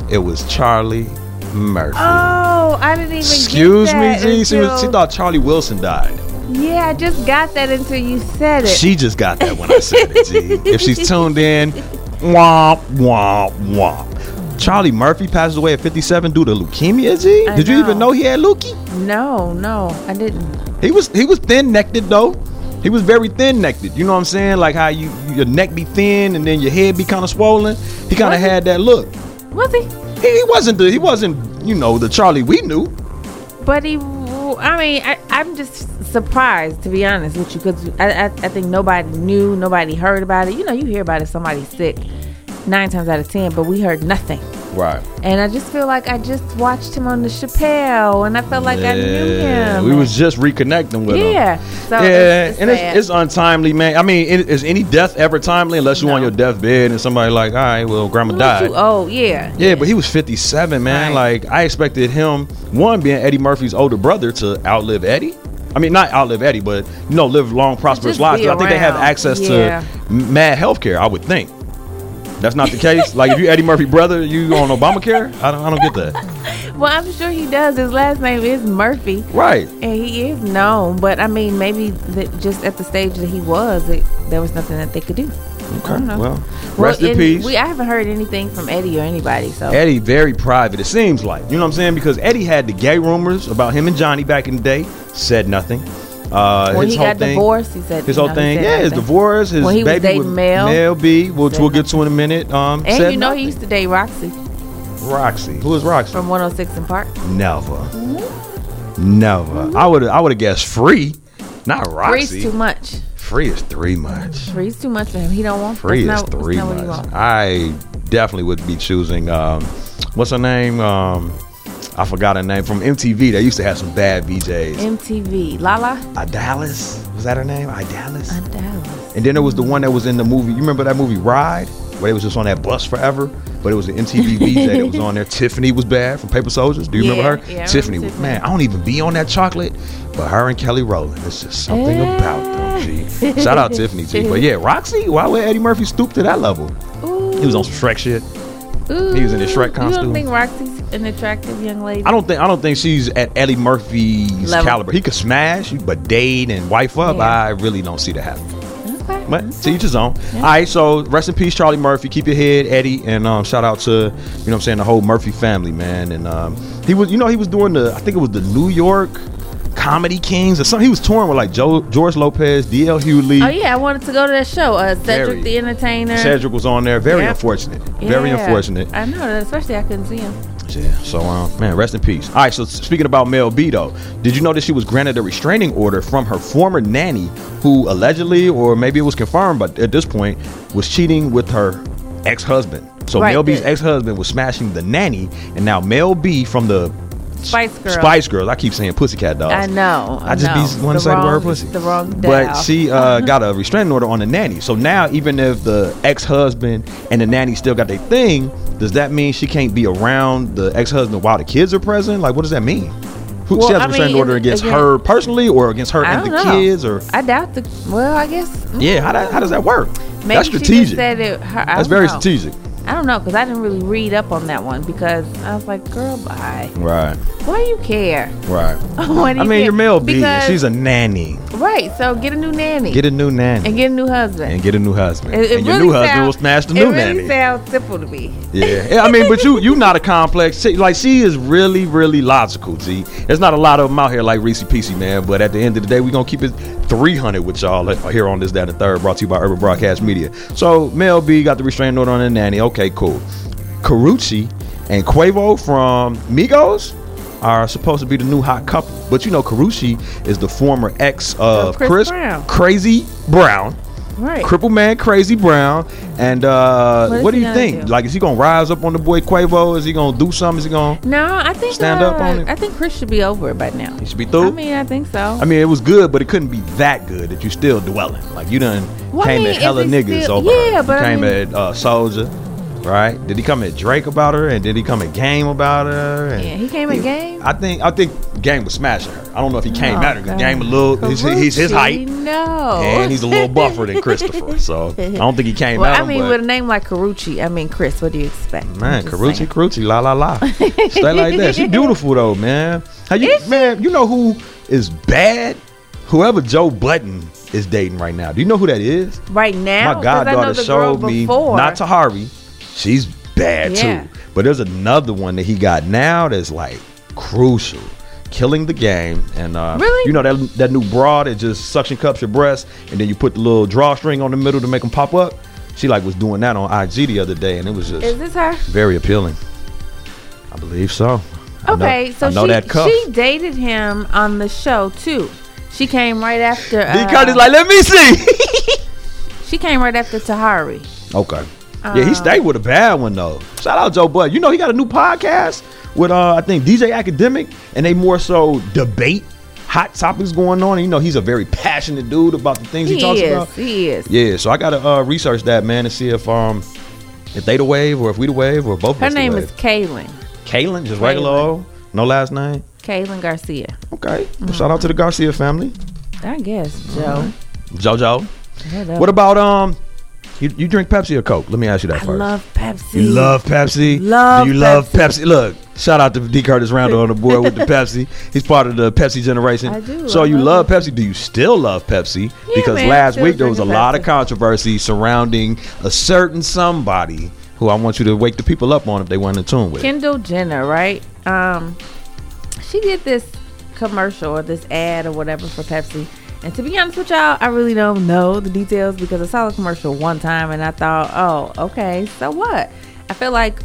[SPEAKER 6] It was Charlie Murphy.
[SPEAKER 5] Oh, I didn't even
[SPEAKER 6] Excuse
[SPEAKER 5] get
[SPEAKER 6] me,
[SPEAKER 5] that
[SPEAKER 6] G. She, was, she
[SPEAKER 5] until-
[SPEAKER 6] thought Charlie Wilson died.
[SPEAKER 5] Yeah, I just got that until you said it.
[SPEAKER 6] She just got that when I said it. G. If she's tuned in, womp womp womp. Charlie Murphy passes away at 57 due to leukemia. G.
[SPEAKER 5] I
[SPEAKER 6] Did you
[SPEAKER 5] know.
[SPEAKER 6] even know he had leuky?
[SPEAKER 5] no, no, I didn't.
[SPEAKER 6] He was he was thin necked though. He was very thin necked. You know what I'm saying? Like how you your neck be thin and then your head be kind of swollen. He kind
[SPEAKER 5] Was
[SPEAKER 6] of
[SPEAKER 5] he?
[SPEAKER 6] had that look.
[SPEAKER 5] Was he?
[SPEAKER 6] He, he wasn't the he wasn't you know the Charlie we knew.
[SPEAKER 5] But he. I mean, I, I'm just surprised to be honest with you because I, I, I think nobody knew, nobody heard about it. You know, you hear about it, somebody's sick nine times out of ten, but we heard nothing.
[SPEAKER 6] Right.
[SPEAKER 5] And I just feel like I just watched him on the Chappelle, and I felt like I knew him.
[SPEAKER 6] We was just reconnecting with him.
[SPEAKER 5] yeah. So
[SPEAKER 6] yeah,
[SPEAKER 5] it's, it's
[SPEAKER 6] and
[SPEAKER 5] sad.
[SPEAKER 6] it's, it's untimely, man. I mean, it, is any death ever timely unless you on
[SPEAKER 5] No.
[SPEAKER 6] your deathbed and somebody like, all right, well, grandma
[SPEAKER 5] Look at
[SPEAKER 6] died.
[SPEAKER 5] you. Oh yeah.
[SPEAKER 6] Yeah, but he was 57, man.
[SPEAKER 5] Right.
[SPEAKER 6] Like, I expected him, one, being Eddie Murphy's older brother, to outlive Eddie. I mean, not outlive Eddie, but, you know, live long, prosperous
[SPEAKER 5] Just
[SPEAKER 6] lives.
[SPEAKER 5] be
[SPEAKER 6] 'cause I think they have
[SPEAKER 5] around.
[SPEAKER 6] access
[SPEAKER 5] Yeah.
[SPEAKER 6] to m- mad health care, I would think. That's not the case. like, if you Eddie Murphy brother, you on Obamacare? I don't, I don't get that.
[SPEAKER 5] Well, I'm sure he does. His last name is Murphy.
[SPEAKER 6] Right.
[SPEAKER 5] And he is known, but I mean, maybe that just at the stage that he was, it, there was nothing that they could do.
[SPEAKER 6] Okay.
[SPEAKER 5] know.
[SPEAKER 6] Well, rest in
[SPEAKER 5] and
[SPEAKER 6] peace.
[SPEAKER 5] We, I haven't heard anything from Eddie or anybody. So
[SPEAKER 6] Eddie very private. It seems like you know what I'm saying because Eddie had the gay rumors about him and Johnny back in the day. Said nothing. Uh,
[SPEAKER 5] when
[SPEAKER 6] his
[SPEAKER 5] he
[SPEAKER 6] whole
[SPEAKER 5] got
[SPEAKER 6] thing,
[SPEAKER 5] divorced, he said
[SPEAKER 6] His
[SPEAKER 5] you
[SPEAKER 6] whole
[SPEAKER 5] know, he
[SPEAKER 6] thing, yeah,
[SPEAKER 5] said
[SPEAKER 6] his
[SPEAKER 5] nothing.
[SPEAKER 6] divorce, his
[SPEAKER 5] When he was
[SPEAKER 6] baby with
[SPEAKER 5] dating Mel.
[SPEAKER 6] Mel B, which
[SPEAKER 5] Said
[SPEAKER 6] we'll get to in a minute. Um,
[SPEAKER 5] And
[SPEAKER 6] said
[SPEAKER 5] you know he
[SPEAKER 6] nothing.
[SPEAKER 5] used to date Roxy
[SPEAKER 6] Roxy. Who is Roxy?
[SPEAKER 5] from Mm-hmm. 106 and Park.
[SPEAKER 6] Never, never. I would I would have guessed free, not
[SPEAKER 5] Three's
[SPEAKER 6] Roxy.
[SPEAKER 5] too much.
[SPEAKER 6] Free is three much.
[SPEAKER 5] Three's too much for him. He don't want
[SPEAKER 6] Free
[SPEAKER 5] that's
[SPEAKER 6] is
[SPEAKER 5] not,
[SPEAKER 6] three
[SPEAKER 5] that's not what he
[SPEAKER 6] months.
[SPEAKER 5] wants.
[SPEAKER 6] I definitely would be choosing. Um, what's her name? Um, I forgot her name from MTV. They used to have some bad VJs.
[SPEAKER 5] MTV, Lala,
[SPEAKER 6] Idalis was that her name? Idalis.
[SPEAKER 5] and Dallas.
[SPEAKER 6] And then there was the one that was in the movie. You remember that movie Ride, where they was just on that bus forever. But it was an MTV VJ that was on there. Tiffany was bad from Paper Soldiers. Do you
[SPEAKER 5] Yeah,
[SPEAKER 6] remember her?
[SPEAKER 5] yeah, I remember
[SPEAKER 6] Tiffany, was-
[SPEAKER 5] Tiffany.
[SPEAKER 6] man, I don't even be on that chocolate. But her and Kelly Rowland, it's just something about them. G.
[SPEAKER 5] Eh.
[SPEAKER 6] Shout out Tiffany G. But yeah, Roxy. Why would Eddie Murphy stoop to that level?
[SPEAKER 5] Ooh,
[SPEAKER 6] He was on some Shrek shit.
[SPEAKER 5] ooh,
[SPEAKER 6] he was in his Shrek
[SPEAKER 5] You
[SPEAKER 6] costume.
[SPEAKER 5] don't think Roxy's an attractive young lady?
[SPEAKER 6] I don't think I don't think she's at Eddie Murphy's
[SPEAKER 5] Level.
[SPEAKER 6] caliber. He could smash, but date and wife up,
[SPEAKER 5] Yeah. Mm-hmm.
[SPEAKER 6] I really don't see that happening.
[SPEAKER 5] Okay.
[SPEAKER 6] But to each his own. All right, so rest in peace, Charlie Murphy. Keep your head, Eddie, and um, shout out to you know what I'm saying the whole Murphy family, man. And um, he was, you know, he was doing the I think it was the New York Comedy Kings or something. He was touring with like Joe, George Lopez, D.L. Hewley.
[SPEAKER 5] Oh yeah, I wanted to go to that show. Uh, Cedric
[SPEAKER 6] Very.
[SPEAKER 5] the Entertainer.
[SPEAKER 6] Cedric was on there. Very
[SPEAKER 5] Yep.
[SPEAKER 6] unfortunate. Very
[SPEAKER 5] Yeah.
[SPEAKER 6] unfortunate.
[SPEAKER 5] I know, especially I couldn't see him.
[SPEAKER 6] Yeah. So, um, man, rest in peace. All right. So, s- speaking about Mel B, though, did you know that she was granted a restraining order from her former nanny, who allegedly, or maybe it was confirmed, but at this point, was cheating with her ex-husband. So
[SPEAKER 5] Right,
[SPEAKER 6] Mel B's
[SPEAKER 5] the-
[SPEAKER 6] ex-husband was smashing the nanny, and now Mel B from the
[SPEAKER 5] Spice Girl.
[SPEAKER 6] Spice Girls. I keep saying Pussycat Dolls.
[SPEAKER 5] I know.
[SPEAKER 6] Oh. I just be wanting to
[SPEAKER 5] The
[SPEAKER 6] say the word
[SPEAKER 5] wrong-
[SPEAKER 6] pussy.
[SPEAKER 5] The wrong
[SPEAKER 6] But
[SPEAKER 5] dial.
[SPEAKER 6] she uh, got a restraining order on the nanny. So now, even if the ex husband and the nanny still got their thing, does that mean she can't be around the ex husband while the kids are present? Like, what does that mean? Who,
[SPEAKER 5] Well,
[SPEAKER 6] she has
[SPEAKER 5] I
[SPEAKER 6] a restraining
[SPEAKER 5] mean,
[SPEAKER 6] order against
[SPEAKER 5] again-
[SPEAKER 6] her personally or against her
[SPEAKER 5] I
[SPEAKER 6] and
[SPEAKER 5] don't
[SPEAKER 6] the
[SPEAKER 5] know.
[SPEAKER 6] kids? Or,
[SPEAKER 5] I doubt the. Well, I guess. mm,
[SPEAKER 6] yeah, how, that, how does that work?
[SPEAKER 5] Maybe
[SPEAKER 6] That's
[SPEAKER 5] She
[SPEAKER 6] strategic.
[SPEAKER 5] just said it, her, I
[SPEAKER 6] That's
[SPEAKER 5] don't
[SPEAKER 6] very
[SPEAKER 5] know.
[SPEAKER 6] strategic.
[SPEAKER 5] I don't know because I didn't really read up on that one because I was like, girl, bye.
[SPEAKER 6] Right,
[SPEAKER 5] Why do you care?
[SPEAKER 6] right.
[SPEAKER 5] Why do
[SPEAKER 6] I
[SPEAKER 5] you
[SPEAKER 6] mean,
[SPEAKER 5] care?
[SPEAKER 6] you're Mel B.
[SPEAKER 5] Because-
[SPEAKER 6] She's a nanny.
[SPEAKER 5] Right. So get a new nanny.
[SPEAKER 6] Get a new nanny.
[SPEAKER 5] and
[SPEAKER 6] And
[SPEAKER 5] get a new husband.
[SPEAKER 6] get, a new husband.
[SPEAKER 5] It- it
[SPEAKER 6] and your
[SPEAKER 5] really
[SPEAKER 6] new husband
[SPEAKER 5] sound-
[SPEAKER 6] will smash the new
[SPEAKER 5] It
[SPEAKER 6] nanny.
[SPEAKER 5] really sounds simple to me.
[SPEAKER 6] Yeah. Yeah, I mean, but you you not a complex. She, like she is really really logical. G. There's not a lot of them out here like Reese Peasy, man. But at the end of the day, we gonna keep it 300 with y'all here on this that and the third. Brought to you by Urban Broadcast Media. So Mel B got the restraining order on the nanny. Okay, cool. Carucci and Quavo from Migos are supposed to be the new hot couple. But you know, Carucci is the former ex of
[SPEAKER 5] Of Chris
[SPEAKER 6] Chris,
[SPEAKER 5] Brown.
[SPEAKER 6] Crazy Brown.
[SPEAKER 5] Right.
[SPEAKER 6] Cripple Man Crazy Brown. And uh,
[SPEAKER 5] What
[SPEAKER 6] what,
[SPEAKER 5] is he
[SPEAKER 6] do you
[SPEAKER 5] gonna
[SPEAKER 6] think?
[SPEAKER 5] do?
[SPEAKER 6] Like, is he gonna rise up on the boy Quavo? Is he gonna do something? Is he gonna?
[SPEAKER 5] no, I think
[SPEAKER 6] Stand up
[SPEAKER 5] uh,
[SPEAKER 6] on it.
[SPEAKER 5] I think Chris should be over it by now.
[SPEAKER 6] He should be through.
[SPEAKER 5] I mean, I think so.
[SPEAKER 6] I mean, it was good, but it couldn't be that good that you still dwelling. Like you done
[SPEAKER 5] Well, I
[SPEAKER 6] came
[SPEAKER 5] mean,
[SPEAKER 6] at hella
[SPEAKER 5] if he
[SPEAKER 6] niggas
[SPEAKER 5] still-
[SPEAKER 6] over her.
[SPEAKER 5] yeah,
[SPEAKER 6] You
[SPEAKER 5] but I
[SPEAKER 6] came
[SPEAKER 5] mean-
[SPEAKER 6] at uh, Soldier, right? Did he come at Drake about her? And did he come at Game about her? And
[SPEAKER 5] yeah, he came in game.
[SPEAKER 6] I think I think Game was smashing her. I don't know if he came
[SPEAKER 5] Oh,
[SPEAKER 6] at her because
[SPEAKER 5] God.
[SPEAKER 6] Game a little. He's, he's his
[SPEAKER 5] Carucci,
[SPEAKER 6] height.
[SPEAKER 5] No.
[SPEAKER 6] And he's a little buffer than Christopher, so I don't think he came
[SPEAKER 5] well,
[SPEAKER 6] at
[SPEAKER 5] I
[SPEAKER 6] him,
[SPEAKER 5] mean,
[SPEAKER 6] but-
[SPEAKER 5] with a name like Carucci, I mean, Chris, what do you expect? I'm
[SPEAKER 6] Man,
[SPEAKER 5] just
[SPEAKER 6] Carucci,
[SPEAKER 5] saying.
[SPEAKER 6] Carucci, la la la. Stay like that. She beautiful though, man. How you,
[SPEAKER 5] Is she?
[SPEAKER 6] man? You know who is bad? Whoever Joe Button is dating right now. Do you know who that is?
[SPEAKER 5] Right now,
[SPEAKER 6] My
[SPEAKER 5] 'Cause I know
[SPEAKER 6] goddaughter
[SPEAKER 5] the girl
[SPEAKER 6] showed me
[SPEAKER 5] before.
[SPEAKER 6] not Tahari. She's bad
[SPEAKER 5] Yeah.
[SPEAKER 6] too. But there's another one that he got now that's like crucial. Killing the game, and uh,
[SPEAKER 5] Really?
[SPEAKER 6] you know that that new bra that just suction cups your breasts, and then you put the little drawstring on the middle to make them pop up. She like was doing that on IG the other day, and it was just
[SPEAKER 5] Is this her?
[SPEAKER 6] very appealing. I believe so. I know-
[SPEAKER 5] Okay, so
[SPEAKER 6] I know
[SPEAKER 5] she
[SPEAKER 6] that cuff.
[SPEAKER 5] she dated him on the show too. She came right after.
[SPEAKER 6] D.
[SPEAKER 5] Uh,
[SPEAKER 6] Curtis like, let me see.
[SPEAKER 5] she came right after Tahari.
[SPEAKER 6] okay. yeah,
[SPEAKER 5] Uh.
[SPEAKER 6] he stayed with a bad one though. Shout out Joe Bud. You know he got a new podcast with uh I think DJ Academic, and they more so debate hot topics going on. And, you know he's a very passionate dude about the things he,
[SPEAKER 5] He,
[SPEAKER 6] talks
[SPEAKER 5] is.
[SPEAKER 6] about.
[SPEAKER 5] He is.
[SPEAKER 6] Yeah, so I gotta uh, research that man and see if um if they the wave or if we the wave or both.
[SPEAKER 5] Her
[SPEAKER 6] of us
[SPEAKER 5] name
[SPEAKER 6] the
[SPEAKER 5] is
[SPEAKER 6] wave.
[SPEAKER 5] Kaylin.
[SPEAKER 6] Kaylin, just regular
[SPEAKER 5] Kaylin.
[SPEAKER 6] old, no last name.
[SPEAKER 5] Kaylin Garcia.
[SPEAKER 6] Okay, shout out to the Garcia family,
[SPEAKER 5] I guess Joe.
[SPEAKER 6] JoJo.
[SPEAKER 5] Shut up.
[SPEAKER 6] What about um? You, you drink Pepsi or Coke? Let me ask you that
[SPEAKER 5] I
[SPEAKER 6] first.
[SPEAKER 5] love Pepsi.
[SPEAKER 6] you love Pepsi.
[SPEAKER 5] Love
[SPEAKER 6] Do you love Pepsi? Look, shout out to D. Curtis Randall on the board with the Pepsi. He's part of the Pepsi generation.
[SPEAKER 5] I do.
[SPEAKER 6] So
[SPEAKER 5] I
[SPEAKER 6] you love
[SPEAKER 5] love
[SPEAKER 6] Pepsi? Do you still love Pepsi?
[SPEAKER 5] Yeah,
[SPEAKER 6] because
[SPEAKER 5] man,
[SPEAKER 6] last
[SPEAKER 5] still
[SPEAKER 6] week there was a
[SPEAKER 5] drinking
[SPEAKER 6] lot of
[SPEAKER 5] Pepsi.
[SPEAKER 6] controversy surrounding a certain somebody who I want you to wake the people up on if they weren't in tune with. it.
[SPEAKER 5] Kendall Jenner, right? Um, she did this commercial or this ad or whatever for Pepsi. And to be honest with y'all, I really don't know the details because I saw the commercial one time and I thought, oh, okay, so what? I feel like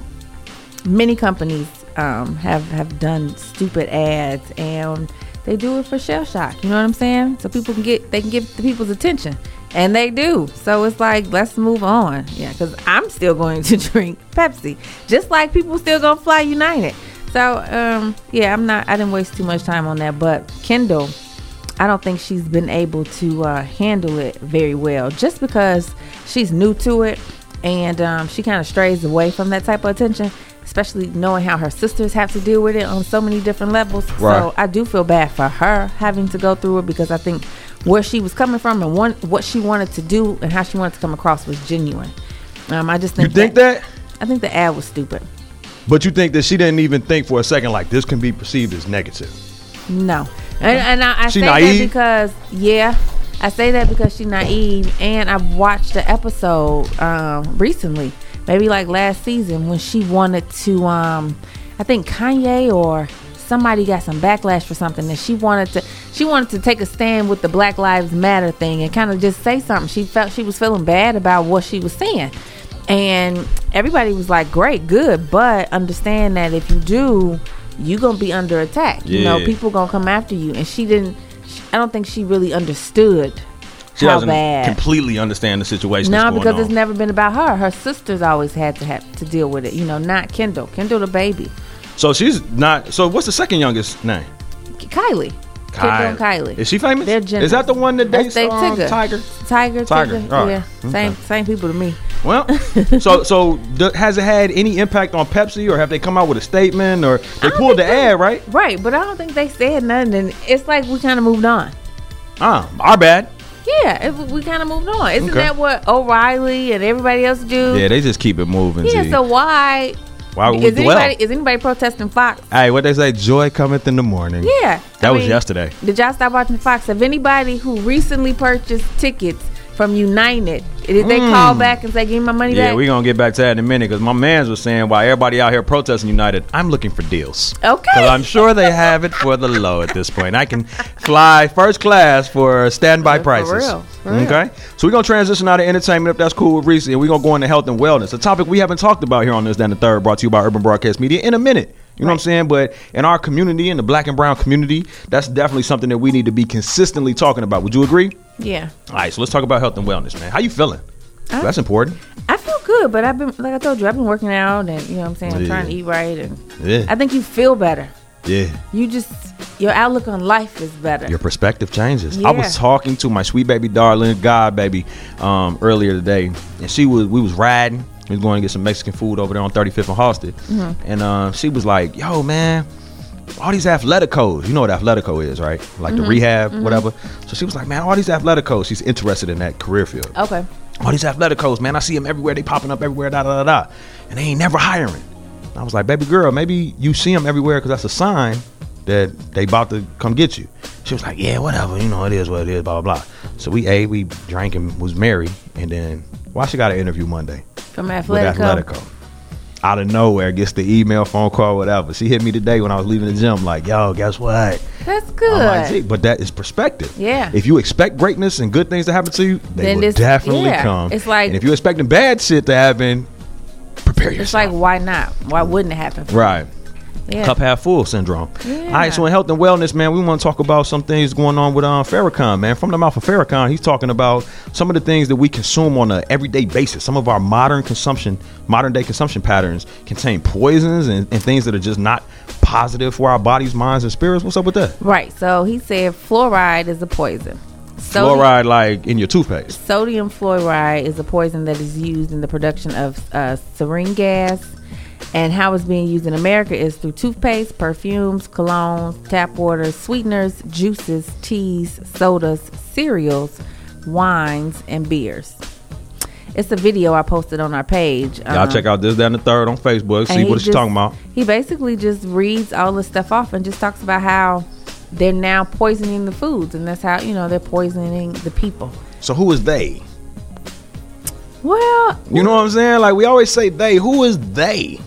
[SPEAKER 5] many companies um, have have done stupid ads and they do it for shell shock. You know what I'm saying? So people can get they can get the people's attention, and they do. So it's like let's move on. Yeah, because I'm still going to drink Pepsi, just like people still gonna fly United. So um, yeah, I'm not. I didn't waste too much time on that, but Kendall. I don't think she's been able to uh, handle it very well just because she's new to it and um, she kind of strays away from that type of attention, especially knowing how her sisters have to deal with it on so many different levels.
[SPEAKER 6] Right.
[SPEAKER 5] So I do feel bad for her having to go through it because I think where she was coming from and one, what she wanted to do and how she wanted to come across was genuine. Um, I just
[SPEAKER 6] You
[SPEAKER 5] think,
[SPEAKER 6] think that?
[SPEAKER 5] I think the ad was stupid.
[SPEAKER 6] But you think that she didn't even think for a second like this can be perceived as negative.
[SPEAKER 5] No, and, and I, I
[SPEAKER 6] She
[SPEAKER 5] say
[SPEAKER 6] naive?
[SPEAKER 5] that because yeah, I say that because she's naive, and I watched the episode um, recently, maybe like last season, when she wanted to. Um, I think Kanye or somebody got some backlash for something, and she wanted to. She wanted to take a stand with the Black Lives Matter thing and kind of just say something. She felt she was feeling bad about what she was saying, and everybody was like, "Great, good," but understand that if you do, you're gonna be under attack. You know,
[SPEAKER 6] Yeah.
[SPEAKER 5] people gonna come after you, and she didn't. sh- I don't think she really understood
[SPEAKER 6] She
[SPEAKER 5] how
[SPEAKER 6] doesn't
[SPEAKER 5] bad.
[SPEAKER 6] completely understand the situation.
[SPEAKER 5] No,
[SPEAKER 6] that's going
[SPEAKER 5] because it's
[SPEAKER 6] on.
[SPEAKER 5] never been about her. Her sisters always had to have to deal with it. You know, not Kendall. Kendall the baby.
[SPEAKER 6] so she's not. So what's the second youngest name?
[SPEAKER 5] K- Kylie. Kendall and Kylie.
[SPEAKER 6] Is she famous?
[SPEAKER 5] They're
[SPEAKER 6] Is that the one that
[SPEAKER 5] That's
[SPEAKER 6] dates
[SPEAKER 5] they
[SPEAKER 6] um,
[SPEAKER 5] Tigger.
[SPEAKER 6] Tiger?
[SPEAKER 5] Tiger.
[SPEAKER 6] Tiger,
[SPEAKER 5] Tigger.
[SPEAKER 6] alright.
[SPEAKER 5] Yeah. Same same people to me.
[SPEAKER 6] Well, so so d- has it had any impact on Pepsi, or have they come out with a statement, or they
[SPEAKER 5] don't
[SPEAKER 6] pulled the
[SPEAKER 5] think so.
[SPEAKER 6] ad, right?
[SPEAKER 5] Right, but I don't think they said nothing. And it's like we kind of moved on.
[SPEAKER 6] Ah, our bad.
[SPEAKER 5] Yeah, it, we kind of moved on. Isn't
[SPEAKER 6] Okay.
[SPEAKER 5] that what O'Reilly and everybody else do?
[SPEAKER 6] Yeah, they just keep it moving.
[SPEAKER 5] Yeah,
[SPEAKER 6] G.
[SPEAKER 5] so why
[SPEAKER 6] Why would we
[SPEAKER 5] is
[SPEAKER 6] dwell?
[SPEAKER 5] anybody is anybody protesting Fox?
[SPEAKER 6] hey, what they say? Joy cometh in the morning.
[SPEAKER 5] Yeah,
[SPEAKER 6] That
[SPEAKER 5] I
[SPEAKER 6] was
[SPEAKER 5] mean,
[SPEAKER 6] yesterday.
[SPEAKER 5] Did y'all stop watching Fox? If anybody who recently purchased tickets from United, did they call back and say, "Give me my money
[SPEAKER 6] Mm. Yeah,
[SPEAKER 5] back"?
[SPEAKER 6] we're gonna get back to that in a minute because my man's was saying why everybody out here protesting United, I'm looking for deals.
[SPEAKER 5] Okay.
[SPEAKER 6] Because I'm sure they have it for the low at this point. I can fly first class for standby
[SPEAKER 5] For
[SPEAKER 6] prices.
[SPEAKER 5] real, for real.
[SPEAKER 6] Okay. So we're gonna transition out of entertainment if that's cool with Reese, and we're gonna go into health and wellness. A topic we haven't talked about here on this Down the third, brought to you by Urban Broadcast Media in a minute. You know what I'm saying? But in our community, in the black and brown community, that's definitely something that we need to be consistently talking about. Would you agree?
[SPEAKER 5] yeah,
[SPEAKER 6] All right, so let's talk about health and wellness, man. How you feeling?
[SPEAKER 5] Uh,
[SPEAKER 6] that's important.
[SPEAKER 5] I feel good, but I've been like I told you, I've been working out, and you know what I'm saying, I'm
[SPEAKER 6] Yeah.
[SPEAKER 5] trying to eat right, and
[SPEAKER 6] Yeah.
[SPEAKER 5] I think you feel better.
[SPEAKER 6] Yeah.
[SPEAKER 5] You just your outlook on life is better.
[SPEAKER 6] Your perspective changes. I was
[SPEAKER 5] Yeah.
[SPEAKER 6] talking to my sweet baby darling, God baby, um, earlier today, and she was we was riding. We was going to get some Mexican food over there on 35th and Halsted, and uh, she was like, "Yo, man." All these athletico's, you know what athletico is, right? Like the rehab, whatever. So she was like, "Man, all these athletico's." She's interested in that career field.
[SPEAKER 5] okay,
[SPEAKER 6] All these athletico's, man, I see them everywhere. They popping up everywhere, da da da da, and they ain't never hiring. And I was like, baby girl, maybe you see them everywhere because that's a sign that they about to come get you. She was like, yeah, whatever, you know, it is what it is, blah blah. blah. So we ate, we drank, and was merry, and then why she got an interview Monday
[SPEAKER 5] from
[SPEAKER 6] with
[SPEAKER 5] Athletico.
[SPEAKER 6] Athletico. Out of nowhere, gets the email, phone call, whatever. She hit me today when I was leaving the gym, like, yo, guess what?
[SPEAKER 5] That's
[SPEAKER 6] I'm like, "Gee,"
[SPEAKER 5] good.
[SPEAKER 6] but that is perspective.
[SPEAKER 5] Yeah.
[SPEAKER 6] If you expect greatness and good things to happen to you, they
[SPEAKER 5] Then
[SPEAKER 6] will
[SPEAKER 5] this-
[SPEAKER 6] definitely
[SPEAKER 5] yeah.
[SPEAKER 6] come.
[SPEAKER 5] It's like-
[SPEAKER 6] and if you're expecting bad shit to happen, prepare
[SPEAKER 5] It's
[SPEAKER 6] yourself.
[SPEAKER 5] like why not? Why wouldn't it happen?
[SPEAKER 6] right.
[SPEAKER 5] Yeah.
[SPEAKER 6] Cup half full syndrome. All
[SPEAKER 5] Yeah.
[SPEAKER 6] right, so in health and wellness, man, we want to talk about some things going on with um, Farrakhan, man. From the mouth of Farrakhan, he's talking about some of the things that we consume on an everyday basis. Some of our modern consumption, modern day consumption patterns contain poisons and, and things that are just not positive for our bodies, minds, and spirits. What's up with that?
[SPEAKER 5] Right. So he said fluoride is a poison. So
[SPEAKER 6] Fluoride, like in your toothpaste.
[SPEAKER 5] Sodium fluoride is a poison that is used in the production of uh, sarin gas, and how it's being used in America is through toothpaste, perfumes, colognes, tap water, sweeteners, juices, teas, sodas, cereals, wines, and beers. It's a video I posted on our page. Um,
[SPEAKER 6] Y'all check out this, that, and the third on Facebook. See what she's talking about.
[SPEAKER 5] Uh-huh. He basically just reads all this stuff off and just talks about how they're now poisoning the foods, and that's how you know they're poisoning the people.
[SPEAKER 6] So who is they?
[SPEAKER 5] Well,
[SPEAKER 6] You know what I'm saying? Like we always say they. Who is they?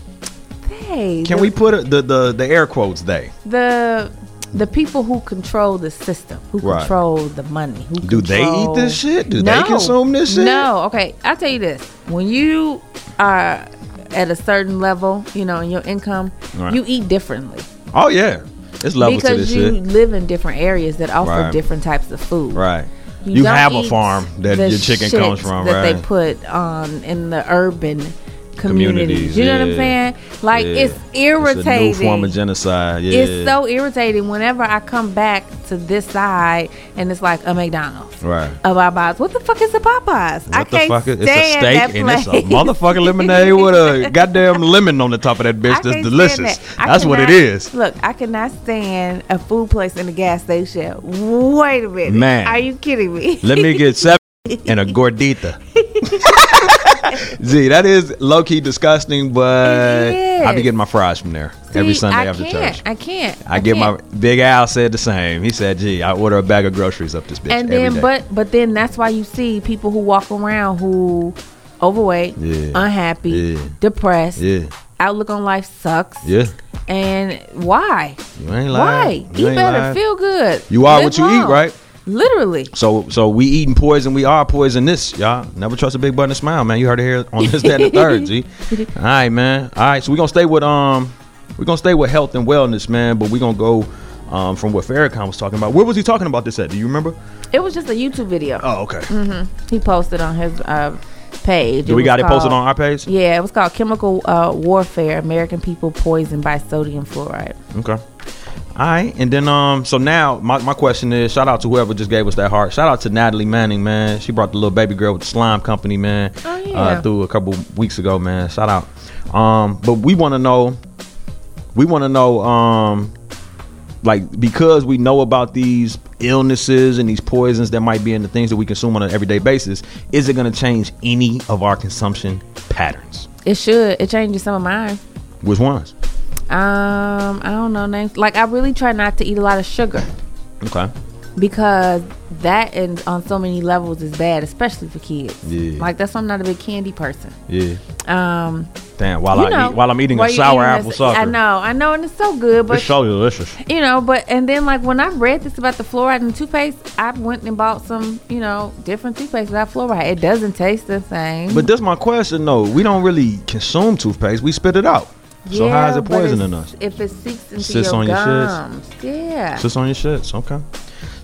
[SPEAKER 5] Hey,
[SPEAKER 6] Can
[SPEAKER 5] the,
[SPEAKER 6] we put a, the, the the air quotes they?
[SPEAKER 5] the the people who control the system, who
[SPEAKER 6] Right.
[SPEAKER 5] control the money, who
[SPEAKER 6] Do they eat
[SPEAKER 5] control-
[SPEAKER 6] this shit? Do they consume this shit?
[SPEAKER 5] No. Okay, I'll tell you this: when you are at a certain level, you know, in your income,
[SPEAKER 6] Right.
[SPEAKER 5] you eat differently
[SPEAKER 6] Oh yeah, it's levels to
[SPEAKER 5] because
[SPEAKER 6] this
[SPEAKER 5] you
[SPEAKER 6] shit.
[SPEAKER 5] live in different areas that offer
[SPEAKER 6] Right.
[SPEAKER 5] different types of food.
[SPEAKER 6] Right. You,
[SPEAKER 5] don't
[SPEAKER 6] have a
[SPEAKER 5] eat
[SPEAKER 6] farm that
[SPEAKER 5] the
[SPEAKER 6] your chicken
[SPEAKER 5] shit
[SPEAKER 6] comes from,
[SPEAKER 5] that
[SPEAKER 6] right?
[SPEAKER 5] they put um, in the urban communities.
[SPEAKER 6] Communities,
[SPEAKER 5] you know what I'm
[SPEAKER 6] yeah.
[SPEAKER 5] saying? Like
[SPEAKER 6] Yeah.
[SPEAKER 5] it's irritating.
[SPEAKER 6] It's a new form of genocide. Yeah.
[SPEAKER 5] It's so irritating whenever I come back to this side and it's like a McDonald's.
[SPEAKER 6] Right.
[SPEAKER 5] A Popeyes. What the fuck is a Popeyes? I
[SPEAKER 6] What the
[SPEAKER 5] can't
[SPEAKER 6] fuck? It's
[SPEAKER 5] stand
[SPEAKER 6] a steak
[SPEAKER 5] that
[SPEAKER 6] and it's
[SPEAKER 5] place.
[SPEAKER 6] a motherfucking lemonade with a goddamn lemon on the top of that
[SPEAKER 5] I
[SPEAKER 6] bitch. That's
[SPEAKER 5] can't stand
[SPEAKER 6] delicious.
[SPEAKER 5] that. I
[SPEAKER 6] That's what it
[SPEAKER 5] cannot-
[SPEAKER 6] is.
[SPEAKER 5] Look, I cannot stand a food place in a gas station. Wait a minute.
[SPEAKER 6] Man.
[SPEAKER 5] Are you kidding me?
[SPEAKER 6] Let me get seven and a gordita. Z, that is low key disgusting, but
[SPEAKER 5] It is.
[SPEAKER 6] I be getting my fries from there every
[SPEAKER 5] See,
[SPEAKER 6] Sunday
[SPEAKER 5] I
[SPEAKER 6] after
[SPEAKER 5] can't,
[SPEAKER 6] church.
[SPEAKER 5] I can't.
[SPEAKER 6] I, get
[SPEAKER 5] can't.
[SPEAKER 6] my big Al said the same. He said, "Gee, I order a bag of groceries up this bitch
[SPEAKER 5] and
[SPEAKER 6] every
[SPEAKER 5] then
[SPEAKER 6] day."
[SPEAKER 5] but but then that's why you see people who walk around who overweight
[SPEAKER 6] Yeah.
[SPEAKER 5] unhappy
[SPEAKER 6] Yeah.
[SPEAKER 5] depressed
[SPEAKER 6] yeah,
[SPEAKER 5] outlook on life sucks
[SPEAKER 6] yeah,
[SPEAKER 5] and why
[SPEAKER 6] you ain't lying.
[SPEAKER 5] why
[SPEAKER 6] You
[SPEAKER 5] you
[SPEAKER 6] ain't
[SPEAKER 5] better
[SPEAKER 6] lying.
[SPEAKER 5] feel good
[SPEAKER 6] You are
[SPEAKER 5] Live
[SPEAKER 6] what you eat,
[SPEAKER 5] long.
[SPEAKER 6] right?
[SPEAKER 5] literally
[SPEAKER 6] So, so we eating poison. We are poison. This, y'all. Never trust a big button to smile, man. You heard it here on this, that, and the third. G. All right, man. All right. So we gonna stay with um, we gonna stay with health and wellness, man. But we gonna go um from what Farrakhan was talking about. Where was he talking about this at? Do you remember?
[SPEAKER 5] it was just a youtube video
[SPEAKER 6] Oh, okay.
[SPEAKER 5] he posted on his uh, page
[SPEAKER 6] Do we
[SPEAKER 5] was
[SPEAKER 6] got it posted
[SPEAKER 5] called-
[SPEAKER 6] on our page?
[SPEAKER 5] yeah it was called chemical uh, warfare american people poisoned by sodium fluoride
[SPEAKER 6] Okay. All right, and then um, so now my, my question is, shout out to whoever just gave us that heart. Shout out to Natalie Manning, man. She brought the little baby girl with the slime company, man.
[SPEAKER 5] Oh, yeah.
[SPEAKER 6] uh, through a couple weeks ago, man. Shout out. Um, but we want to know, we want to know, um, like because we know about these illnesses and these poisons that might be in the things that we consume on an everyday basis. Is it going to change any of our consumption patterns?
[SPEAKER 5] it should it changes some of mine
[SPEAKER 6] Which ones?
[SPEAKER 5] Um, I don't know names. Like I really try not to eat a lot of sugar
[SPEAKER 6] Okay.
[SPEAKER 5] because that and on so many levels is bad, especially for kids.
[SPEAKER 6] Yeah.
[SPEAKER 5] Like that's why I'm not a big candy person.
[SPEAKER 6] Yeah.
[SPEAKER 5] Um,
[SPEAKER 6] Damn. While
[SPEAKER 5] you
[SPEAKER 6] I
[SPEAKER 5] know,
[SPEAKER 6] eat, while I'm eating
[SPEAKER 5] while
[SPEAKER 6] a
[SPEAKER 5] you're
[SPEAKER 6] sour
[SPEAKER 5] eating
[SPEAKER 6] apple
[SPEAKER 5] this-
[SPEAKER 6] sucker.
[SPEAKER 5] I know, I know, and it's so good, but
[SPEAKER 6] It's so delicious.
[SPEAKER 5] you know, but and then like when I read this about the fluoride in toothpaste, I went and bought some, you know, different toothpaste without fluoride. It doesn't taste the same.
[SPEAKER 6] But that's my question though. We don't really consume toothpaste. We spit it out. so how is
[SPEAKER 5] Yeah,
[SPEAKER 6] it
[SPEAKER 5] but it's-
[SPEAKER 6] poisoning us?
[SPEAKER 5] If it seeps into
[SPEAKER 6] Sits
[SPEAKER 5] your
[SPEAKER 6] on your shits.
[SPEAKER 5] gums, yeah.
[SPEAKER 6] Sits on your shits. Okay.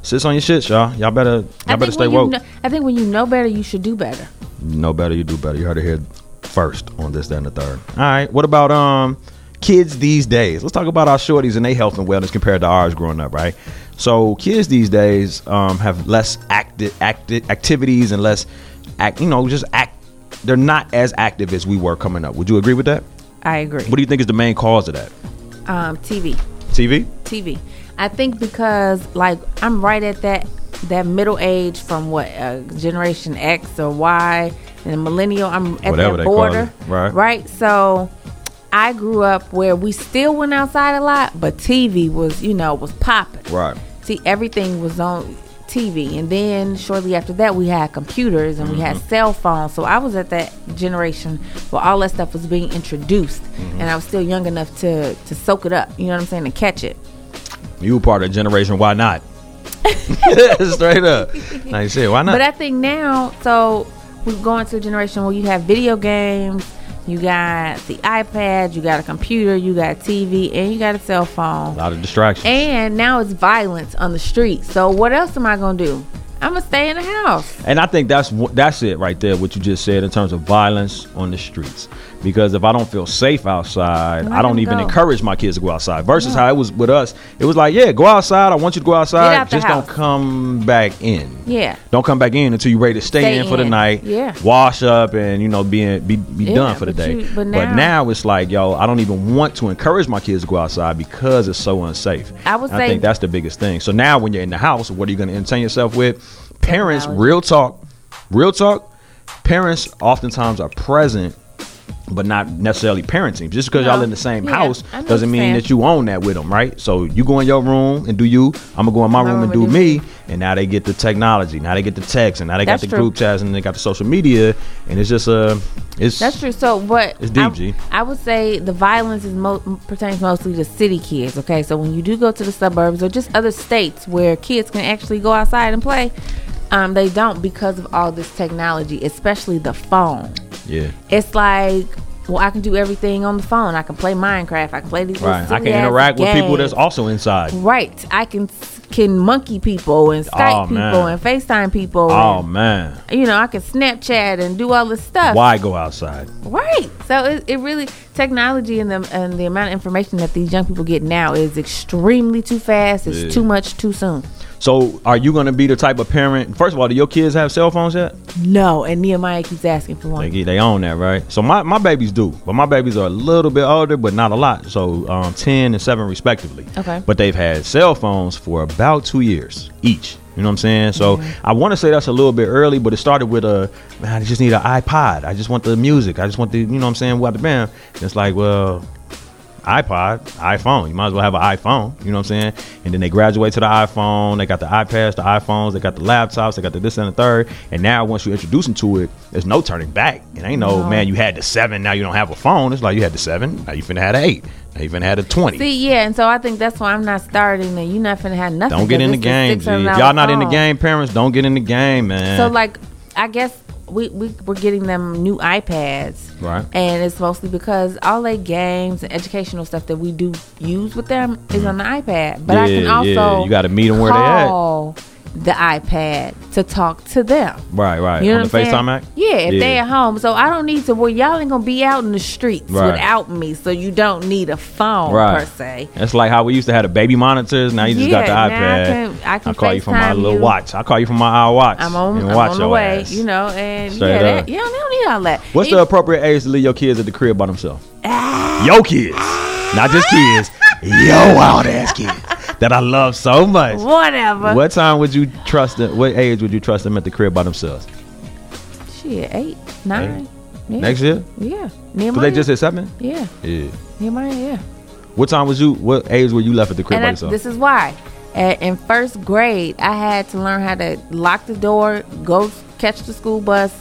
[SPEAKER 6] Sits on your shits, y'all. Y'all better y'all
[SPEAKER 5] I
[SPEAKER 6] better
[SPEAKER 5] think
[SPEAKER 6] stay
[SPEAKER 5] when you
[SPEAKER 6] woke.
[SPEAKER 5] kno- I think when you know better, you should do better.
[SPEAKER 6] You know better, you do better. You heard it here first on this, that, and the third. All right. What about um kids these days? Let's talk about our shorties and their health and wellness compared to ours growing up, right? So kids these days um have less active active activities and less act you know, just act they're not as active as we were coming up. Would you agree with that?
[SPEAKER 5] I agree.
[SPEAKER 6] What do you think is the main cause of that?
[SPEAKER 5] um, TV,
[SPEAKER 6] TV?
[SPEAKER 5] TV. I think because like I'm right at that that middle age from what uh, generation X or Y and millennial. I'm at
[SPEAKER 6] Whatever they
[SPEAKER 5] that
[SPEAKER 6] call
[SPEAKER 5] border,
[SPEAKER 6] it, right.
[SPEAKER 5] Right. So I grew up where we still went outside a lot, but TV was you know was popping.
[SPEAKER 6] Right.
[SPEAKER 5] See, everything was on TV, and then shortly after that, we had computers and we had
[SPEAKER 6] Mm-hmm.
[SPEAKER 5] cell phones. So I was at that generation where all that stuff was being introduced,
[SPEAKER 6] Mm-hmm.
[SPEAKER 5] and I was still young enough to to soak it up. You know what I'm saying? To catch it.
[SPEAKER 6] You were part of generation, why not? Straight up. Now you said, why not?
[SPEAKER 5] But I think now, so we're going to a generation where you have video games, you got the iPad, you got a computer, you got TV, and you got a cell phone.
[SPEAKER 6] a lot of distractions.
[SPEAKER 5] And now it's violence on the street. So what else am I gonna do? I'm gonna stay in the house.
[SPEAKER 6] And I think that's wh- that's it right there. What you just said in terms of violence on the streets, because if I don't feel safe outside,
[SPEAKER 5] Let
[SPEAKER 6] I don't
[SPEAKER 5] them
[SPEAKER 6] even
[SPEAKER 5] go.
[SPEAKER 6] encourage my kids to go outside. Versus how it was with us, it was like, yeah, go outside. I want you to go outside.
[SPEAKER 5] Get out the
[SPEAKER 6] just
[SPEAKER 5] house.
[SPEAKER 6] don't come back in.
[SPEAKER 5] Yeah.
[SPEAKER 6] Don't come back in until you're ready to stay,
[SPEAKER 5] Stay
[SPEAKER 6] in for the
[SPEAKER 5] in.
[SPEAKER 6] night.
[SPEAKER 5] Yeah.
[SPEAKER 6] Wash up and you know be in, be be
[SPEAKER 5] Yeah,
[SPEAKER 6] done for the
[SPEAKER 5] but
[SPEAKER 6] day.
[SPEAKER 5] you- but now-
[SPEAKER 6] it's like, yo, I don't even want to encourage my kids to go outside because it's so unsafe.
[SPEAKER 5] I would
[SPEAKER 6] And
[SPEAKER 5] say-
[SPEAKER 6] think that's the biggest thing. So now when you're in the house, what are you going to entertain yourself with? Parents,
[SPEAKER 5] Technology.
[SPEAKER 6] real talk, real talk. Parents oftentimes are present, but not necessarily parenting. Just because
[SPEAKER 5] No.
[SPEAKER 6] y'all in the same
[SPEAKER 5] Yeah,
[SPEAKER 6] house
[SPEAKER 5] I know
[SPEAKER 6] doesn't
[SPEAKER 5] what
[SPEAKER 6] mean
[SPEAKER 5] you're
[SPEAKER 6] that
[SPEAKER 5] saying.
[SPEAKER 6] you own that with them, right? So you go in your room and do you. I'm gonna go in my, room, and do me. And now they get the technology. Now they get the text, and now they
[SPEAKER 5] That's
[SPEAKER 6] got the
[SPEAKER 5] true.
[SPEAKER 6] group chats, and they got the social media, and it's just uh, it's
[SPEAKER 5] That's true. So, but
[SPEAKER 6] It's deep,
[SPEAKER 5] I-
[SPEAKER 6] G.
[SPEAKER 5] I would say the violence is mo- pertains mostly to city kids. Okay, so when you do go to the suburbs or just other states where kids can actually go outside and play, um, they don't because of all this technology, especially the phone.
[SPEAKER 6] yeah.
[SPEAKER 5] It's like. Well, I can do everything on the phone. I can play Minecraft. I can play these. little
[SPEAKER 6] Right. I can
[SPEAKER 5] silly-ass
[SPEAKER 6] interact with people
[SPEAKER 5] games.
[SPEAKER 6] that's also inside.
[SPEAKER 5] Right. I can can monkey people and Skype
[SPEAKER 6] Oh,
[SPEAKER 5] people
[SPEAKER 6] man.
[SPEAKER 5] and FaceTime people.
[SPEAKER 6] Oh man,
[SPEAKER 5] and, you know, I can Snapchat and do all this stuff.
[SPEAKER 6] why go outside?
[SPEAKER 5] Right. So it, it really technology and the and the amount of information that these young people get now is extremely too fast. It's
[SPEAKER 6] Yeah.
[SPEAKER 5] too much too soon.
[SPEAKER 6] So are you gonna be the type of parent? First of all, do your kids have cell phones yet?
[SPEAKER 5] No, and Nehemiah keeps asking for
[SPEAKER 6] They
[SPEAKER 5] one.
[SPEAKER 6] get they own that, right? So my, my babies do, but my babies are a little bit older, but not a lot. So um, ten and seven respectively.
[SPEAKER 5] Okay.
[SPEAKER 6] But they've had cell phones for about two years each. You know what I'm saying? So I want to say that's a little bit early, but it started with a man. I just need an iPod. I just want the music. I just want the you know what I'm saying. What the band? And it's like well, iPod, iPhone. You might as well have an iPhone. You know what I'm saying? And then they graduate to the iPhone. They got the iPads, the iPhones. They got the laptops. They got the this and the third. And now once you introduce them to it, there's no turning back. It ain't no, man. You had the seven. Now you don't have a phone. It's like you had the seven. Now you finna have the eight. Now you finna have the twenty.
[SPEAKER 5] See, yeah, and so I think that's why I'm not starting. And you're not finna have nothing.
[SPEAKER 6] don't get
[SPEAKER 5] 'cause
[SPEAKER 6] in the
[SPEAKER 5] this is
[SPEAKER 6] game. G. If
[SPEAKER 5] $600
[SPEAKER 6] y'all not in the
[SPEAKER 5] phone.
[SPEAKER 6] game, parents, don't get in the game, man.
[SPEAKER 5] So like, I guess we, we we're getting them new iPads,
[SPEAKER 6] Right.
[SPEAKER 5] And it's mostly because all their games and educational stuff that we do use with them is on the iPad. But I can
[SPEAKER 6] Yeah,
[SPEAKER 5] also
[SPEAKER 6] yeah. You gotta meet 'em where they at.
[SPEAKER 5] call The iPad to talk to them.
[SPEAKER 6] right, right.
[SPEAKER 5] You know
[SPEAKER 6] On
[SPEAKER 5] what
[SPEAKER 6] the
[SPEAKER 5] I'm saying?
[SPEAKER 6] FaceTime act.
[SPEAKER 5] Yeah, if they at home. So I don't need to. Well, y'all ain't gonna be out in the streets
[SPEAKER 6] Right.
[SPEAKER 5] without me. So you don't need a phone
[SPEAKER 6] Right.
[SPEAKER 5] per se.
[SPEAKER 6] That's like how we used to have the baby monitors. Now you just got the
[SPEAKER 5] Yeah,
[SPEAKER 6] iPad.
[SPEAKER 5] now I can- I can
[SPEAKER 6] call you from my
[SPEAKER 5] FaceTime
[SPEAKER 6] little
[SPEAKER 5] you.
[SPEAKER 6] watch. I call you from my watch.
[SPEAKER 5] I'm on.
[SPEAKER 6] and
[SPEAKER 5] I'm
[SPEAKER 6] watch
[SPEAKER 5] on the
[SPEAKER 6] your
[SPEAKER 5] way.
[SPEAKER 6] ass.
[SPEAKER 5] You know, and
[SPEAKER 6] Straight
[SPEAKER 5] yeah,
[SPEAKER 6] up.
[SPEAKER 5] that, yeah, they don't need all that.
[SPEAKER 6] What's
[SPEAKER 5] It-
[SPEAKER 6] the appropriate age to leave your kids at the crib by themselves?
[SPEAKER 5] Ah.
[SPEAKER 6] Yo kids, not just kids. Yo wild ass kids that I love so much.
[SPEAKER 5] whatever?
[SPEAKER 6] What time would you trust them? What age would you trust them at the crib by themselves?
[SPEAKER 5] Shit, eight, nine. Yeah.
[SPEAKER 6] Next year?
[SPEAKER 5] Yeah.
[SPEAKER 6] Cause
[SPEAKER 5] Nehemiah.
[SPEAKER 6] they just hit seven.
[SPEAKER 5] yeah.
[SPEAKER 6] Yeah.
[SPEAKER 5] Nehemiah, yeah.
[SPEAKER 6] What time was you? What age were you left at the crib
[SPEAKER 5] And
[SPEAKER 6] by
[SPEAKER 5] I,
[SPEAKER 6] yourself?
[SPEAKER 5] this is why. At, in first grade, I had to learn how to lock the door, go catch the school bus,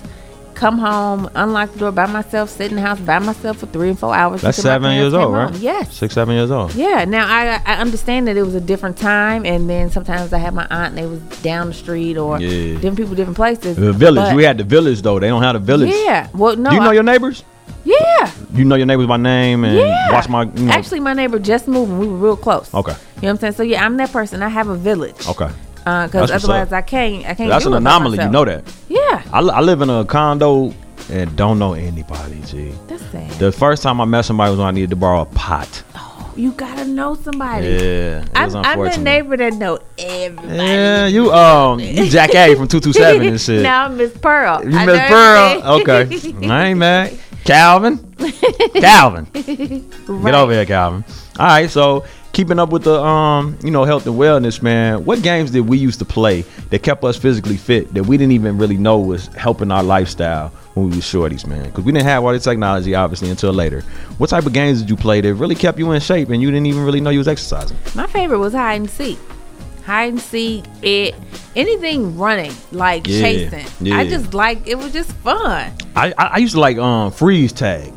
[SPEAKER 5] come home, unlock the door by myself, sit in the house by myself for three and four hours.
[SPEAKER 6] That's
[SPEAKER 5] until my
[SPEAKER 6] seven years
[SPEAKER 5] parents
[SPEAKER 6] old,
[SPEAKER 5] came
[SPEAKER 6] right?
[SPEAKER 5] home. Yes.
[SPEAKER 6] Six, seven years old.
[SPEAKER 5] Yeah. Now I I understand that it was a different time, and then sometimes I had my aunt, and they was down the street or
[SPEAKER 6] Yeah.
[SPEAKER 5] different people, different places.
[SPEAKER 6] The village.
[SPEAKER 5] But-
[SPEAKER 6] we had the village though. They don't have the village.
[SPEAKER 5] Yeah. Well, no.
[SPEAKER 6] Do you know
[SPEAKER 5] I-
[SPEAKER 6] your neighbors?
[SPEAKER 5] yeah.
[SPEAKER 6] You know your neighbors by name and
[SPEAKER 5] Yeah.
[SPEAKER 6] watch my. You know,
[SPEAKER 5] Actually, my neighbor just moved and we were real close.
[SPEAKER 6] Okay.
[SPEAKER 5] You know what I'm saying? So yeah, I'm that person. I have a village.
[SPEAKER 6] Okay.
[SPEAKER 5] Because
[SPEAKER 6] That's what's
[SPEAKER 5] otherwise,
[SPEAKER 6] up.
[SPEAKER 5] I can't. I can't.
[SPEAKER 6] That's
[SPEAKER 5] do it
[SPEAKER 6] an
[SPEAKER 5] by
[SPEAKER 6] anomaly. You
[SPEAKER 5] myself.
[SPEAKER 6] know that.
[SPEAKER 5] Yeah.
[SPEAKER 6] I, li- I live in a condo and don't know anybody. G.
[SPEAKER 5] That's sad.
[SPEAKER 6] The first time I met somebody was when I needed to borrow a pot.
[SPEAKER 5] you gotta know somebody.
[SPEAKER 6] Yeah. It
[SPEAKER 5] I'm,
[SPEAKER 6] was
[SPEAKER 5] I'm that
[SPEAKER 6] unfortunate.
[SPEAKER 5] neighbor that know everybody.
[SPEAKER 6] Yeah, you um, you Jack A from two two seven and shit.
[SPEAKER 5] now I'm Miss Pearl.
[SPEAKER 6] You
[SPEAKER 5] I
[SPEAKER 6] Miss
[SPEAKER 5] know
[SPEAKER 6] Pearl.
[SPEAKER 5] everything.
[SPEAKER 6] Okay. I ain't mad. Calvin. Calvin.
[SPEAKER 5] Right.
[SPEAKER 6] Get over here, Calvin. All right, so keeping up with the um, you know, health and wellness, man. What games did we used to play that kept us physically fit that we didn't even really know was helping our lifestyle when we was shorties, man? Because we didn't have all the technology obviously until later. What type of games did you play that really kept you in shape and you didn't even really know you was exercising?
[SPEAKER 5] My favorite was hide and seek. Hide and seek, it anything running, like
[SPEAKER 6] Yeah,
[SPEAKER 5] chasing.
[SPEAKER 6] yeah.
[SPEAKER 5] I just like it was just fun.
[SPEAKER 6] I I, I used to like um freeze tag.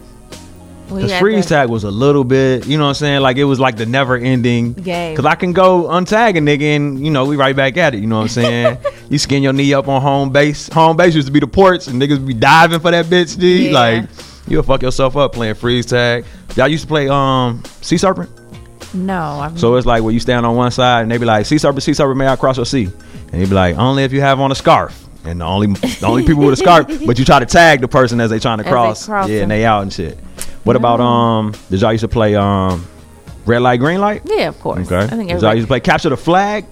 [SPEAKER 5] When
[SPEAKER 6] Cause
[SPEAKER 5] you had
[SPEAKER 6] freeze
[SPEAKER 5] to-
[SPEAKER 6] tag was a little bit, you know what I'm saying? Like it was like the never ending
[SPEAKER 5] Game.
[SPEAKER 6] Cause I can go untag a nigga and you know we right back at it. You know what I'm saying? you skin your knee up on home base. Home base used to be the ports and niggas be diving for that bitch, dude.
[SPEAKER 5] Yeah.
[SPEAKER 6] Like you'll fuck yourself up playing freeze tag. Y'all used to play um sea serpent.
[SPEAKER 5] No, I'm
[SPEAKER 6] So it's like where you stand on one side and they be like sea serpent, sea serpent, may I cross your sea? And you be like only if you have on a scarf. And the only the only people with a scarf, but you try to tag the person as they trying to
[SPEAKER 5] they Oh.
[SPEAKER 6] cross.
[SPEAKER 5] crossing.
[SPEAKER 6] yeah, and they out and shit. What about um? Did y'all used to play um? Red light, green light.
[SPEAKER 5] yeah, of course.
[SPEAKER 6] Okay.
[SPEAKER 5] I think
[SPEAKER 6] Did y'all
[SPEAKER 5] everybody.
[SPEAKER 6] used to play capture the flag.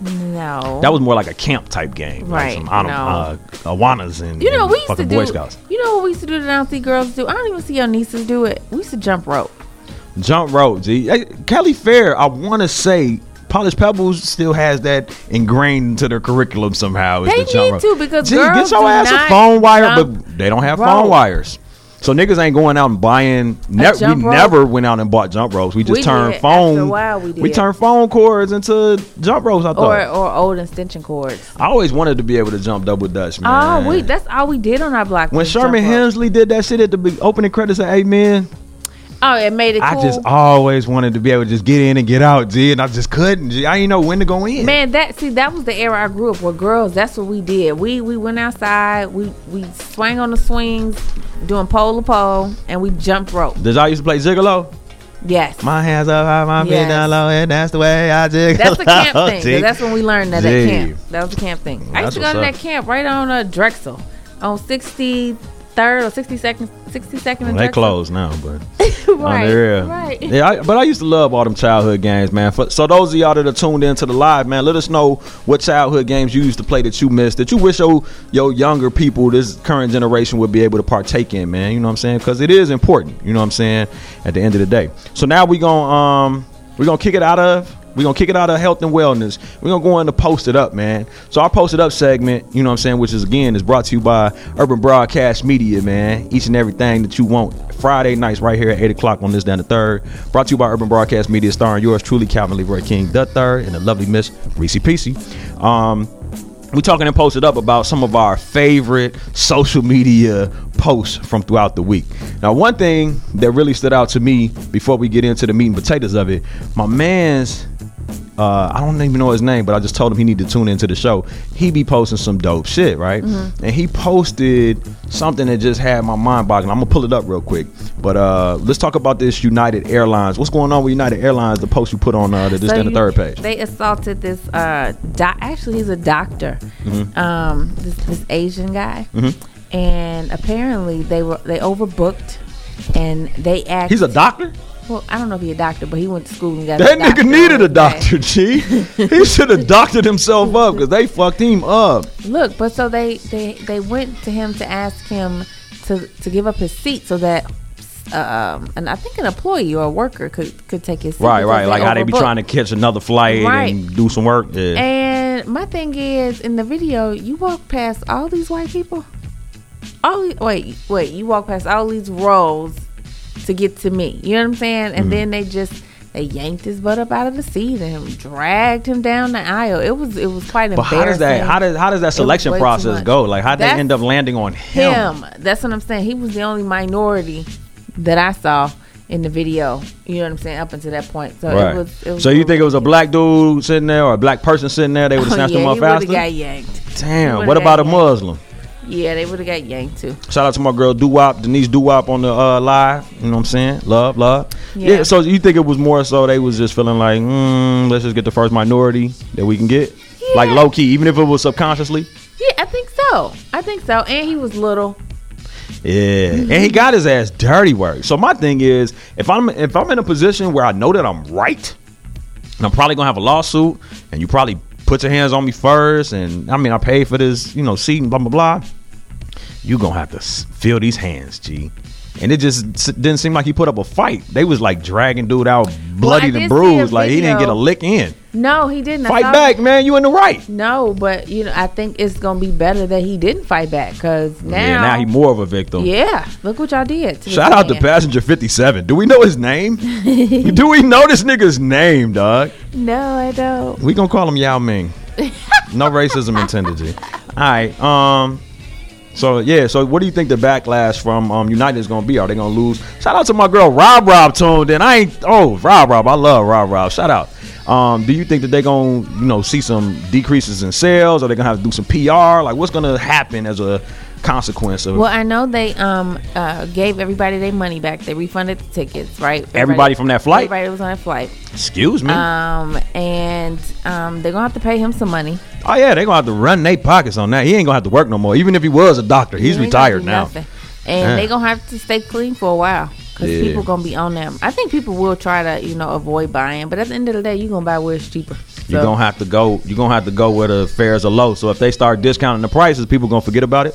[SPEAKER 5] No,
[SPEAKER 6] That was more like a camp type game,
[SPEAKER 5] Right,
[SPEAKER 6] Like some, I don't,
[SPEAKER 5] no.
[SPEAKER 6] uh, Awanas and
[SPEAKER 5] You know,
[SPEAKER 6] and
[SPEAKER 5] we used to
[SPEAKER 6] fucking
[SPEAKER 5] do.
[SPEAKER 6] Boy Scouts.
[SPEAKER 5] You know what we used to do that I don't see girls do. I don't even see your nieces do it. We used to jump rope.
[SPEAKER 6] Jump rope, G. Hey, Kelly Fair, I want to say Polish Pebbles still has that ingrained into their curriculum somehow. is
[SPEAKER 5] They
[SPEAKER 6] the jump
[SPEAKER 5] need
[SPEAKER 6] rope.
[SPEAKER 5] to because
[SPEAKER 6] G,
[SPEAKER 5] girls
[SPEAKER 6] get your
[SPEAKER 5] do
[SPEAKER 6] ass a
[SPEAKER 5] not
[SPEAKER 6] phone wire,
[SPEAKER 5] jump
[SPEAKER 6] but they don't have
[SPEAKER 5] rope.
[SPEAKER 6] phone wires. So niggas ain't going out and buying. Ne- we
[SPEAKER 5] jump rope?
[SPEAKER 6] never went out and bought jump ropes. We just
[SPEAKER 5] We
[SPEAKER 6] turned
[SPEAKER 5] did. After a
[SPEAKER 6] phone.
[SPEAKER 5] while, we did.
[SPEAKER 6] turned phone cords into jump ropes. I
[SPEAKER 5] Or
[SPEAKER 6] thought.
[SPEAKER 5] or old extension cords.
[SPEAKER 6] I always wanted to be able to jump double dutch, man.
[SPEAKER 5] Oh, we. That's all we did on our block.
[SPEAKER 6] When
[SPEAKER 5] was jump
[SPEAKER 6] Sherman
[SPEAKER 5] rope.
[SPEAKER 6] Hemsley did that shit at the be- opening credits of Amen,
[SPEAKER 5] Oh, it made it. Cool.
[SPEAKER 6] I just always wanted to be able to just get in and get out, G, and I just couldn't. G. I didn't know when to go in.
[SPEAKER 5] Man, that see that was the era I grew up where girls. That's what we did. We we went outside. We we swang on the swings, doing pole to pole, and we jumped rope.
[SPEAKER 6] Does I used to play Gigolo?
[SPEAKER 5] Yes,
[SPEAKER 6] My hands up high, my feet
[SPEAKER 5] Yes.
[SPEAKER 6] down low, and that's the way I jiggle.
[SPEAKER 5] that's the camp thing. 'cause
[SPEAKER 6] G.
[SPEAKER 5] That's when we learned that
[SPEAKER 6] Gee.
[SPEAKER 5] at camp. That was the camp thing. I used
[SPEAKER 6] That's
[SPEAKER 5] to go to
[SPEAKER 6] what's
[SPEAKER 5] that
[SPEAKER 6] up.
[SPEAKER 5] camp right on uh, Drexel, on sixty third or sixty second, sixty second.
[SPEAKER 6] Well,
[SPEAKER 5] and
[SPEAKER 6] they
[SPEAKER 5] Drexel.
[SPEAKER 6] closed now, but
[SPEAKER 5] right,
[SPEAKER 6] on the real.
[SPEAKER 5] right.
[SPEAKER 6] Yeah, I, but I used to love all them childhood games, man. For, so those of y'all that are tuned into the live, man, let us know what childhood games you used to play that you missed, that you wish your your younger people, this current generation, would be able to partake in, man. You know what I'm saying? Because it is important. You know what I'm saying? At the end of the day. So now we gonna um we gonna kick it out of We're gonna kick it out of health and wellness. We're gonna go into post it up, man. So our post it up segment, you know what I'm saying, which is again is brought to you by Urban Broadcast Media, man. Each and everything that you want. Friday nights right here at 8 o'clock on this down the third. Brought to you by Urban Broadcast Media, starring yours truly, Calvin Leroy King the third, and the lovely Miss Reese Peasy. Um we talking and posted up about some of our favorite social media posts from throughout the week. Now, one thing that really stood out to me before we get into the meat and potatoes of it, my man's uh, I don't even know his name, but I just told him he need to tune into the show. He be posting some dope shit, right?
[SPEAKER 5] Mm-hmm.
[SPEAKER 6] And he posted something that just had my mind boggling. I'm gonna pull it up real quick, but uh, let's talk about this United Airlines. What's going on with United Airlines? The post you put on uh, the this
[SPEAKER 5] So
[SPEAKER 6] and the
[SPEAKER 5] you-
[SPEAKER 6] third page.
[SPEAKER 5] They assaulted this. Uh, doc- actually, he's a doctor.
[SPEAKER 6] Mm-hmm.
[SPEAKER 5] Um, this, this Asian guy, and apparently they were they overbooked, and they asked.
[SPEAKER 6] He's a doctor.
[SPEAKER 5] Well, I don't know if he's a doctor, but he went to school and got.
[SPEAKER 6] That
[SPEAKER 5] a doctor
[SPEAKER 6] nigga needed a
[SPEAKER 5] okay?
[SPEAKER 6] doctor, G. He should have doctored himself up because they fucked him up.
[SPEAKER 5] Look, but so they they they went to him to ask him to to give up his seat so that. Um, and I think an employee or a worker could could take his seat
[SPEAKER 6] Right,
[SPEAKER 5] because
[SPEAKER 6] right. Like how they be
[SPEAKER 5] overbooked.
[SPEAKER 6] trying to catch another flight
[SPEAKER 5] Right.
[SPEAKER 6] and do some work. Yeah.
[SPEAKER 5] And my thing is, in the video, you walk past all these white people. All the- wait, wait, you walk past all these rows to get to me. You know what I'm saying?
[SPEAKER 6] Mm-hmm.
[SPEAKER 5] And then they just they yanked his butt up out of the seat and dragged him down the aisle. It was it was quite
[SPEAKER 6] But
[SPEAKER 5] embarrassing.
[SPEAKER 6] how does that? How does how does that
[SPEAKER 5] was
[SPEAKER 6] selection
[SPEAKER 5] way too
[SPEAKER 6] process
[SPEAKER 5] much.
[SPEAKER 6] go? Like how they
[SPEAKER 5] That's
[SPEAKER 6] end up landing on him?
[SPEAKER 5] him? That's what I'm saying. He was the only minority that I saw in the video. You know what I'm saying? Up until that point, so
[SPEAKER 6] Right.
[SPEAKER 5] it was. It was
[SPEAKER 6] so you think it was a black dude sitting there or a black person sitting there? They would have snatched
[SPEAKER 5] Oh, yeah,
[SPEAKER 6] him up
[SPEAKER 5] he would've
[SPEAKER 6] faster.
[SPEAKER 5] got yanked.
[SPEAKER 6] Damn.
[SPEAKER 5] would've
[SPEAKER 6] What
[SPEAKER 5] got
[SPEAKER 6] about a
[SPEAKER 5] yanked.
[SPEAKER 6] Muslim?
[SPEAKER 5] Yeah, they would have got yanked too.
[SPEAKER 6] Shout out to my girl Duwop, Denise Duwop on the uh, live. You know what I'm saying? Love, love. Yeah.
[SPEAKER 5] Yeah.
[SPEAKER 6] So you think it was more so they was just feeling like, mm, let's just get the first minority that we can get, like
[SPEAKER 5] Yeah.
[SPEAKER 6] low key, even if it was subconsciously.
[SPEAKER 5] Yeah, I think so. I think so. And he was little.
[SPEAKER 6] Yeah, and
[SPEAKER 5] Mm-hmm.
[SPEAKER 6] he got his ass dirty work. So my thing is, if I'm if I'm in a position where I know that I'm right, and I'm probably gonna have a lawsuit, and you probably put your hands on me first, and I mean I paid for this, you know, seat and blah blah blah. You gonna have to s- feel these hands, G. And it just s- didn't seem like he put up a fight. They was like dragging dude out, bloodied
[SPEAKER 5] did see
[SPEAKER 6] and
[SPEAKER 5] a
[SPEAKER 6] bruised, like he didn't get
[SPEAKER 5] video.
[SPEAKER 6] a lick in.
[SPEAKER 5] No, he didn't. I
[SPEAKER 6] Fight
[SPEAKER 5] saw-
[SPEAKER 6] back, man. You in the right.
[SPEAKER 5] No, but you know, I think it's gonna be better that he didn't fight back because now,
[SPEAKER 6] yeah, now he more of a victim.
[SPEAKER 5] yeah, look what y'all did. To this
[SPEAKER 6] Shout out to
[SPEAKER 5] man.
[SPEAKER 6] passenger 57. Do we know his name? Do we know this nigga's name, dog?
[SPEAKER 5] No, I don't.
[SPEAKER 6] We gonna call him Yao Ming. No racism intended. G. All right. Um. So yeah. So what do you think the backlash from um, United is gonna be? Are they gonna lose? Shout out to my girl Rob Rob tuned in. I ain't. Oh Rob Rob, I love Rob Rob. Shout out. Um, do you think that they gonna you know see some decreases in sales? Are they gonna have to do some PR? Like what's gonna happen as a consequence of
[SPEAKER 5] Well, I know they um uh, gave everybody their money back. They refunded the tickets, right?
[SPEAKER 6] Everybody from that flight? Hmm.
[SPEAKER 5] Everybody that was on that flight.
[SPEAKER 6] excuse me?
[SPEAKER 5] Um, and um, they're gonna have to pay him some money.
[SPEAKER 6] Oh yeah, they gonna have to run their pockets on that. He ain't gonna have to work no more. Even if he was a doctor, he's
[SPEAKER 5] They ain't gonna
[SPEAKER 6] retired
[SPEAKER 5] do
[SPEAKER 6] now.
[SPEAKER 5] nothing. And
[SPEAKER 6] Yeah.
[SPEAKER 5] they gonna have to stay clean for a while because
[SPEAKER 6] Yeah.
[SPEAKER 5] people gonna be on them. I think people will try to you know avoid buying, but at the end of the day, you gonna buy where it's cheaper.
[SPEAKER 6] You're
[SPEAKER 5] So-
[SPEAKER 6] gonna have to go. You're gonna have to go where the fares are low. So if they start discounting the prices, people gonna forget about it.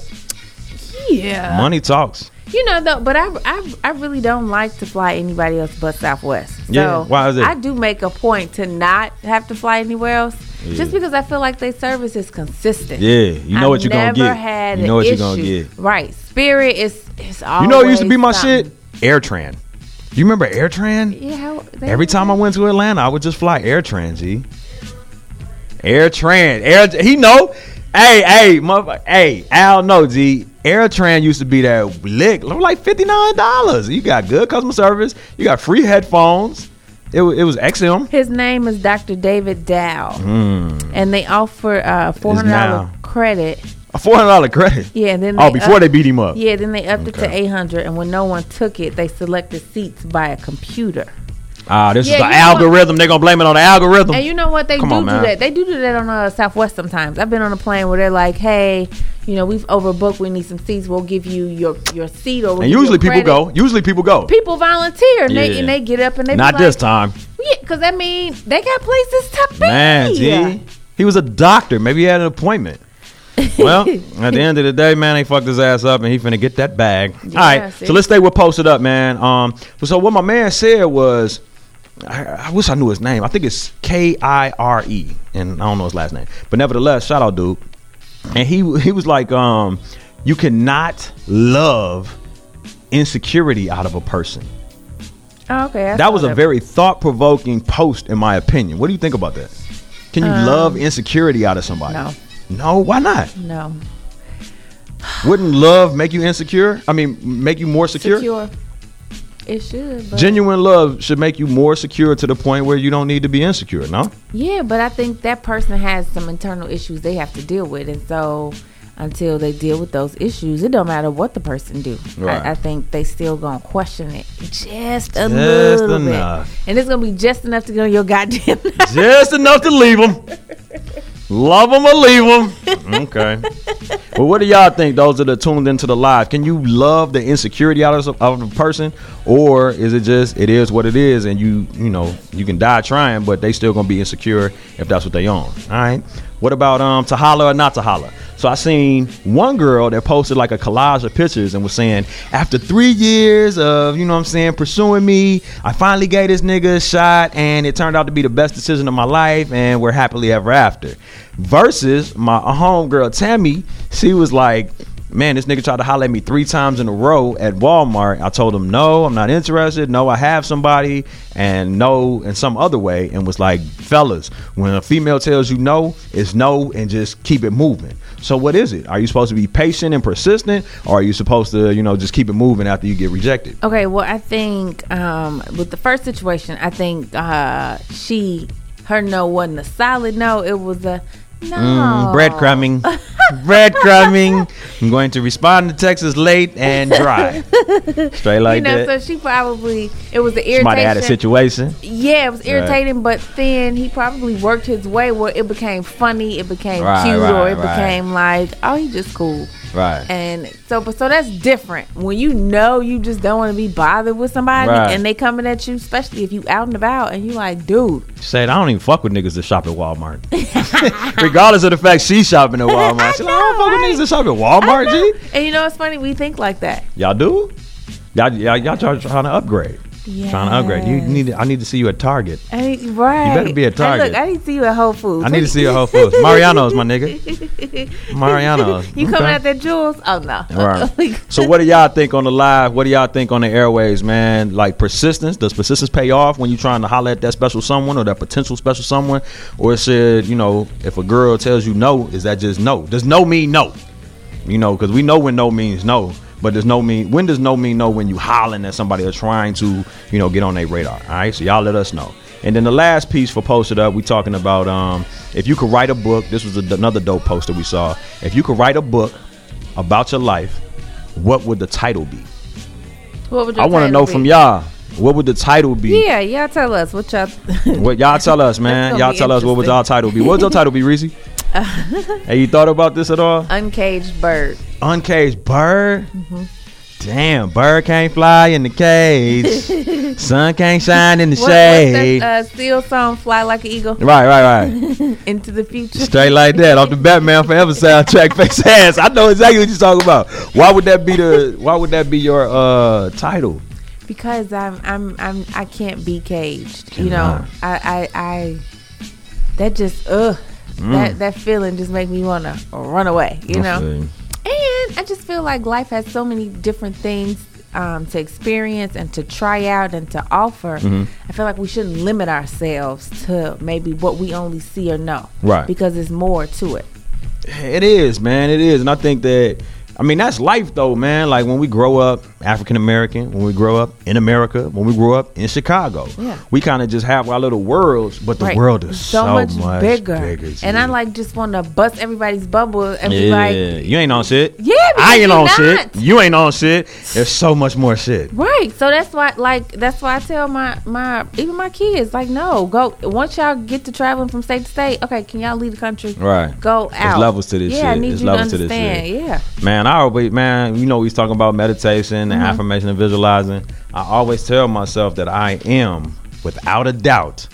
[SPEAKER 5] yeah,
[SPEAKER 6] Money talks.
[SPEAKER 5] you know though. But I, I I really don't like to fly anybody else but Southwest. So
[SPEAKER 6] Yeah, why is it?
[SPEAKER 5] I do make a point to not have to fly anywhere else, just because I feel like their service is consistent.
[SPEAKER 6] Yeah, you know
[SPEAKER 5] I've
[SPEAKER 6] what you're gonna
[SPEAKER 5] never
[SPEAKER 6] get.
[SPEAKER 5] Had
[SPEAKER 6] You
[SPEAKER 5] an
[SPEAKER 6] know what
[SPEAKER 5] issue.
[SPEAKER 6] you're gonna get.
[SPEAKER 5] Right, Spirit is is always.
[SPEAKER 6] You know, it used to be my
[SPEAKER 5] something.
[SPEAKER 6] shit. Airtran. You remember Airtran?
[SPEAKER 5] Yeah, how, they-
[SPEAKER 6] Every time I went to Atlanta, I would just fly Airtran. G. Airtran. Air. He know. Hey, hey, motherfucker. Hey, Al know. G. Airtran used to be that lick. Like fifty nine dollars. You got good customer service. You got free headphones. It, wa- it was XM.
[SPEAKER 5] His name is Dr. David Dow,
[SPEAKER 6] Mm-hmm. Mm.
[SPEAKER 5] and they offer uh, four hundred
[SPEAKER 6] Dow.
[SPEAKER 5] dollar credit.
[SPEAKER 6] A four hundred dollar credit.
[SPEAKER 5] Yeah, and then
[SPEAKER 6] Oh,
[SPEAKER 5] they
[SPEAKER 6] before
[SPEAKER 5] up-
[SPEAKER 6] they beat him up.
[SPEAKER 5] yeah, then they upped it to eight hundred, and when no one took it, they selected seats by a computer.
[SPEAKER 6] Ah, this
[SPEAKER 5] Yeah,
[SPEAKER 6] is
[SPEAKER 5] you
[SPEAKER 6] the
[SPEAKER 5] know what?
[SPEAKER 6] algorithm. They're gonna blame it on the algorithm.
[SPEAKER 5] And you know what? They
[SPEAKER 6] Come
[SPEAKER 5] do
[SPEAKER 6] on,
[SPEAKER 5] do
[SPEAKER 6] man.
[SPEAKER 5] that. They do do that on uh, Southwest sometimes. I've been on a plane where they're like, "Hey, you know, we've overbooked. We need some seats. We'll give you your your seat." Or we'll
[SPEAKER 6] and
[SPEAKER 5] give you
[SPEAKER 6] usually
[SPEAKER 5] a
[SPEAKER 6] people
[SPEAKER 5] credit."
[SPEAKER 6] go. Usually people go.
[SPEAKER 5] People volunteer and,
[SPEAKER 6] Yeah.
[SPEAKER 5] they, and they get up and they be
[SPEAKER 6] Not
[SPEAKER 5] like,
[SPEAKER 6] this time,
[SPEAKER 5] Yeah, because I mean they got places to be.
[SPEAKER 6] man. G. He was a doctor. Maybe he had an appointment. well, at the end of the day, man, they fucked his ass up, and he finna get that bag. All right,
[SPEAKER 5] see?
[SPEAKER 6] so let's stay with posted up, man. Um, so what my man said was, I, I wish I knew his name. I think it's K I R E, and I don't know his last name. But nevertheless, shout out, dude. And he he was like, um, you cannot love insecurity out of a person.
[SPEAKER 5] Oh, okay. I saw
[SPEAKER 6] That was a very thought provoking post, in my opinion. What do you think about that? Can you love insecurity out of somebody?
[SPEAKER 5] Um, no.
[SPEAKER 6] No, why not?
[SPEAKER 5] no
[SPEAKER 6] Wouldn't love make you insecure? I mean, make you more secure?
[SPEAKER 5] secure. It should. But
[SPEAKER 6] Genuine love should make you more secure to the point where you don't need to be insecure, no?
[SPEAKER 5] yeah, but I think that person has some internal issues they have to deal with, and so until they deal with those issues, it don't matter what the person do.
[SPEAKER 6] Right.
[SPEAKER 5] I, I think they still gonna question it just a
[SPEAKER 6] Just
[SPEAKER 5] little
[SPEAKER 6] enough.
[SPEAKER 5] bit, and it's gonna be just enough to get on your goddamn. nerves.
[SPEAKER 6] Just enough to leave them. Love them or leave them. Okay. well, what do y'all think? Those that are tuned into the live, can you love the insecurity out of, out of a person, or is it just it is what it is, and you you know you can die trying, but they still gonna be insecure if that's what they own. All right. What about um to holler or not to holler? So I seen one girl that posted like a collage of pictures and was saying, after three years of, you know what I'm saying, pursuing me, I finally gave this nigga a shot and it turned out to be the best decision of my life and we're happily ever after. Versus my homegirl Tammy, she was like, Man, this nigga tried to holler at me three times in a row at Walmart. I told him no, I'm not interested. No, I have somebody, and no, in some other way. And was like, fellas, when a female tells you no, it's no, and just keep it moving. So what is it? Are you supposed to be patient and persistent, or are you supposed to, you know, just keep it moving after you get rejected?
[SPEAKER 5] Okay, well, I think um, with the first situation, I think uh, she, her no wasn't a solid no. It was a no.
[SPEAKER 6] Mm, breadcrumbing, breadcrumbing. I'm going to respond to Texas late and dry, straight
[SPEAKER 5] You
[SPEAKER 6] like
[SPEAKER 5] know, so
[SPEAKER 6] that.
[SPEAKER 5] she probably, it was an irritation.
[SPEAKER 6] Might have had a situation.
[SPEAKER 5] Yeah, it was irritating, but then he probably worked his way where it became funny, it became
[SPEAKER 6] Right,
[SPEAKER 5] cute, or
[SPEAKER 6] right,
[SPEAKER 5] it
[SPEAKER 6] right.
[SPEAKER 5] became like, oh, he just cool.
[SPEAKER 6] Right.
[SPEAKER 5] And so, but so that's different. When you know you just don't want to be bothered with somebody,
[SPEAKER 6] Right.
[SPEAKER 5] and they coming at you, especially if you out and about, and you like, dude,
[SPEAKER 6] said, I don't even fuck with niggas that shop at Walmart. Regardless of the fact she's shopping at Walmart. She like, I don't
[SPEAKER 5] know,
[SPEAKER 6] fuck with
[SPEAKER 5] right?
[SPEAKER 6] niggas that shop at Walmart, G.
[SPEAKER 5] and you know it's funny we think like that.
[SPEAKER 6] Y'all do? Y'all, y'all, y'all try, trying to upgrade. Trying to upgrade. You
[SPEAKER 5] Yes.
[SPEAKER 6] need. to- I need to see you at Target.
[SPEAKER 5] I need, right.
[SPEAKER 6] better be at
[SPEAKER 5] Hey, look,
[SPEAKER 6] Target.
[SPEAKER 5] I need to see you at Whole Foods.
[SPEAKER 6] I need to see you at Whole Foods. Mariano's, my nigga. Mariano's.
[SPEAKER 5] you
[SPEAKER 6] Okay.
[SPEAKER 5] coming out there, Jules? Oh no.
[SPEAKER 6] Right. so what do y'all think on the live? What do y'all think on the airways, man? Like persistence? Does persistence pay off when you're trying to holler at that special someone or that potential special someone? Or it said, you know, if a girl tells you no, is that just no? Does no mean no? You know, because we know when no means no. But does no mean when does no mean no when you hollering at somebody or trying to, you know, get on their radar. All right. So y'all let us know. And then the last piece for posted up, we talking about um, if you could write a book. This was a, another dope post that we saw. If you could write a book about your life, what would the title be?
[SPEAKER 5] What would your
[SPEAKER 6] I want to
[SPEAKER 5] title
[SPEAKER 6] know
[SPEAKER 5] be?
[SPEAKER 6] from y'all. What would the title be?
[SPEAKER 5] Yeah, y'all tell us what y'all.
[SPEAKER 6] What y'all tell us, man.
[SPEAKER 5] gonna
[SPEAKER 6] Y'all
[SPEAKER 5] be
[SPEAKER 6] tell us what would
[SPEAKER 5] interesting.
[SPEAKER 6] y'all title be? What would your title be, Reese? Have you thought about this at all?
[SPEAKER 5] Uncaged bird.
[SPEAKER 6] Uncaged bird. Damn, bird can't fly in the cage. Sun can't shine in the
[SPEAKER 5] What,
[SPEAKER 6] shade.
[SPEAKER 5] what's that uh, steel song? Fly like an eagle
[SPEAKER 6] Right, right, right.
[SPEAKER 5] into the future.
[SPEAKER 6] Straight like that off the Batman Forever soundtrack. Face ass. I know exactly what you're talking about. Why would that be the? Why would that be your uh title?
[SPEAKER 5] because I'm I'm I'm I can't be caged. You know,
[SPEAKER 6] Cannot.
[SPEAKER 5] I I, I that just ugh.
[SPEAKER 6] Mm.
[SPEAKER 5] That, that feeling just make me wanna run away, you know. And I just feel like life has so many different things um, to experience and to try out and to offer.
[SPEAKER 6] Mm-hmm.
[SPEAKER 5] I feel like we shouldn't limit ourselves to maybe what we only see or know,
[SPEAKER 6] Right.
[SPEAKER 5] Because there's more to it.
[SPEAKER 6] It is, man. It is, and I think that. I mean, that's life, though, man. Like when we grow up African American, when we grow up in America, when we grow up in Chicago,
[SPEAKER 5] Yeah.
[SPEAKER 6] we kind of just have our little worlds, but the
[SPEAKER 5] Right.
[SPEAKER 6] world is so, much, bigger.
[SPEAKER 5] and I
[SPEAKER 6] dude.
[SPEAKER 5] like just want to bust everybody's bubble and be
[SPEAKER 6] yeah,
[SPEAKER 5] like,
[SPEAKER 6] you ain't on shit.
[SPEAKER 5] Yeah, because
[SPEAKER 6] I ain't
[SPEAKER 5] you
[SPEAKER 6] on
[SPEAKER 5] not.
[SPEAKER 6] shit. You ain't on shit. There's so much more shit.
[SPEAKER 5] Right. So that's why like that's why I tell my my even my kids like no, go once y'all get to traveling from state to state, okay, can y'all leave the country?
[SPEAKER 6] Right.
[SPEAKER 5] Go out.
[SPEAKER 6] levels to this
[SPEAKER 5] yeah, I
[SPEAKER 6] shit.
[SPEAKER 5] need
[SPEAKER 6] It's
[SPEAKER 5] you to
[SPEAKER 6] levels to this
[SPEAKER 5] understand. Yeah.
[SPEAKER 6] Man, I always, man, you know, we was talking about meditation and
[SPEAKER 5] Mm-hmm.
[SPEAKER 6] affirmation and visualizing. I always tell myself that I am, without a doubt,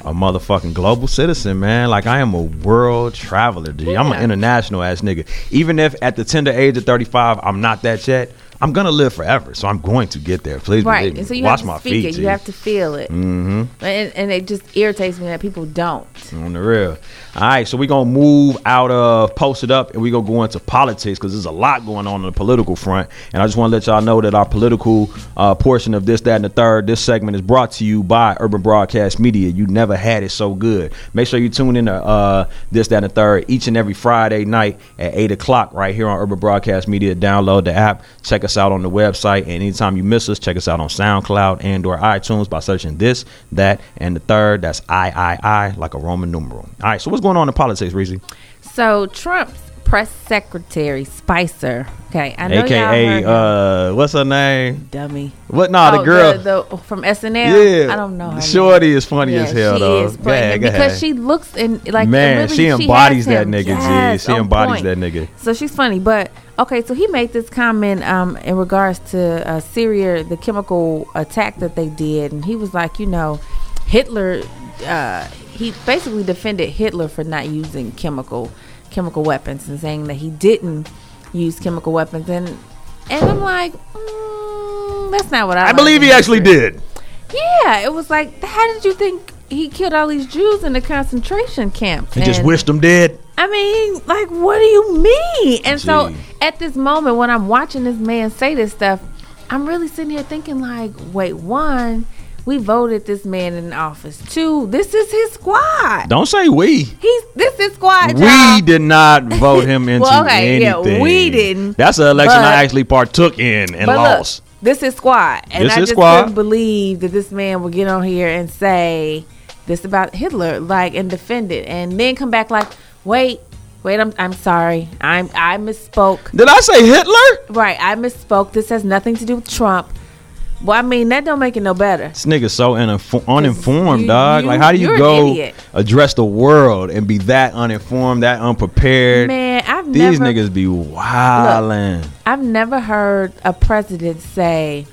[SPEAKER 6] a motherfucking global citizen, man. Like I am a world traveler, G. am an
[SPEAKER 5] Yeah.
[SPEAKER 6] international ass nigga. Even if at the tender age of 35, I'm not that yet. I'm gonna live forever, so I'm going to get there. Please
[SPEAKER 5] Right.
[SPEAKER 6] believe me.
[SPEAKER 5] And so you have
[SPEAKER 6] Watch
[SPEAKER 5] to
[SPEAKER 6] my
[SPEAKER 5] speak
[SPEAKER 6] feet.
[SPEAKER 5] it.
[SPEAKER 6] G.
[SPEAKER 5] You have to feel it. Mm-hmm. And, and it just irritates me that people don't.
[SPEAKER 6] On the real. All right, so we're going to move out of Post It Up and we're going to go into politics because there's a lot going on on the political front. And I just want to let y'all know that our political uh, portion of this, that, and the third, this segment is brought to you by Urban Broadcast Media. You never had it so good. Make sure you tune in to uh, this, that, and the third each and every Friday night at 8 o'clock right here on Urban Broadcast Media. Download the app, check us out on the website, and anytime you miss us, check us out on SoundCloud and or iTunes by searching this, that, and the third. That's I I I like a Roman numeral. All right, so what's going on in politics, Reezy?
[SPEAKER 5] So Trump's press secretary Spicer. Okay, I know y'all
[SPEAKER 6] AKA
[SPEAKER 5] heard him.
[SPEAKER 6] uh what's her name?
[SPEAKER 5] dummy.
[SPEAKER 6] What nah
[SPEAKER 5] Oh,
[SPEAKER 6] the girl
[SPEAKER 5] the- from SNL.
[SPEAKER 6] Yeah.
[SPEAKER 5] I don't know. her
[SPEAKER 6] Shorty
[SPEAKER 5] name.
[SPEAKER 6] is funny
[SPEAKER 5] Yeah,
[SPEAKER 6] as hell,
[SPEAKER 5] she
[SPEAKER 6] though.
[SPEAKER 5] Is
[SPEAKER 6] Go
[SPEAKER 5] funny.
[SPEAKER 6] ahead, go ahead.
[SPEAKER 5] because she looks and like
[SPEAKER 6] Man,
[SPEAKER 5] really,
[SPEAKER 6] she
[SPEAKER 5] has
[SPEAKER 6] embodies that
[SPEAKER 5] him.
[SPEAKER 6] nigga, G.
[SPEAKER 5] Yes,
[SPEAKER 6] She
[SPEAKER 5] on
[SPEAKER 6] embodies
[SPEAKER 5] point.
[SPEAKER 6] that nigga.
[SPEAKER 5] So she's funny, but okay. So he made this comment um, in regards to uh, Syria, the chemical attack that they did, and he was like, you know, Hitler. Uh, he basically defended Hitler for not using chemical chemical weapons and saying that he didn't use chemical weapons, and and I'm like, mm, that's not what I.
[SPEAKER 6] I
[SPEAKER 5] learned
[SPEAKER 6] believe
[SPEAKER 5] in
[SPEAKER 6] he actually
[SPEAKER 5] history.
[SPEAKER 6] did.
[SPEAKER 5] Yeah, it was like, how did you think he killed all these Jews in the concentration camps?
[SPEAKER 6] He just
[SPEAKER 5] And-
[SPEAKER 6] wished him dead.
[SPEAKER 5] I mean, like, what do you mean? And so,
[SPEAKER 6] Gee.
[SPEAKER 5] at this moment, when I'm watching this man say this stuff, I'm really sitting here thinking, like, wait, one, we voted this man in office. Two, this is his squad.
[SPEAKER 6] Don't say we.
[SPEAKER 5] He's this is squad.
[SPEAKER 6] We
[SPEAKER 5] y'all.
[SPEAKER 6] did not vote him into
[SPEAKER 5] Well, okay, yeah,
[SPEAKER 6] anything.
[SPEAKER 5] we didn't,
[SPEAKER 6] That's an election
[SPEAKER 5] but-
[SPEAKER 6] I actually partook in and
[SPEAKER 5] But look,
[SPEAKER 6] lost.
[SPEAKER 5] this is squad, and
[SPEAKER 6] This
[SPEAKER 5] I
[SPEAKER 6] is
[SPEAKER 5] just
[SPEAKER 6] squad.
[SPEAKER 5] couldn't believe that this man would get on here and say this about Hitler, like, and defend it, and then come back like, wait, wait, I'm I'm sorry, I'm I misspoke.
[SPEAKER 6] Did I say Hitler?
[SPEAKER 5] Right, I misspoke. This has nothing to do with Trump. Well, I mean, that don't make it no better.
[SPEAKER 6] This nigga's so uninfo- uninformed,
[SPEAKER 5] you-
[SPEAKER 6] dog.
[SPEAKER 5] you-
[SPEAKER 6] like, how do
[SPEAKER 5] you're
[SPEAKER 6] you
[SPEAKER 5] an
[SPEAKER 6] go
[SPEAKER 5] idiot.
[SPEAKER 6] address the world and be that uninformed, that unprepared?
[SPEAKER 5] Man, I've
[SPEAKER 6] These
[SPEAKER 5] never
[SPEAKER 6] niggas be wildin'.
[SPEAKER 5] I've never heard a president say,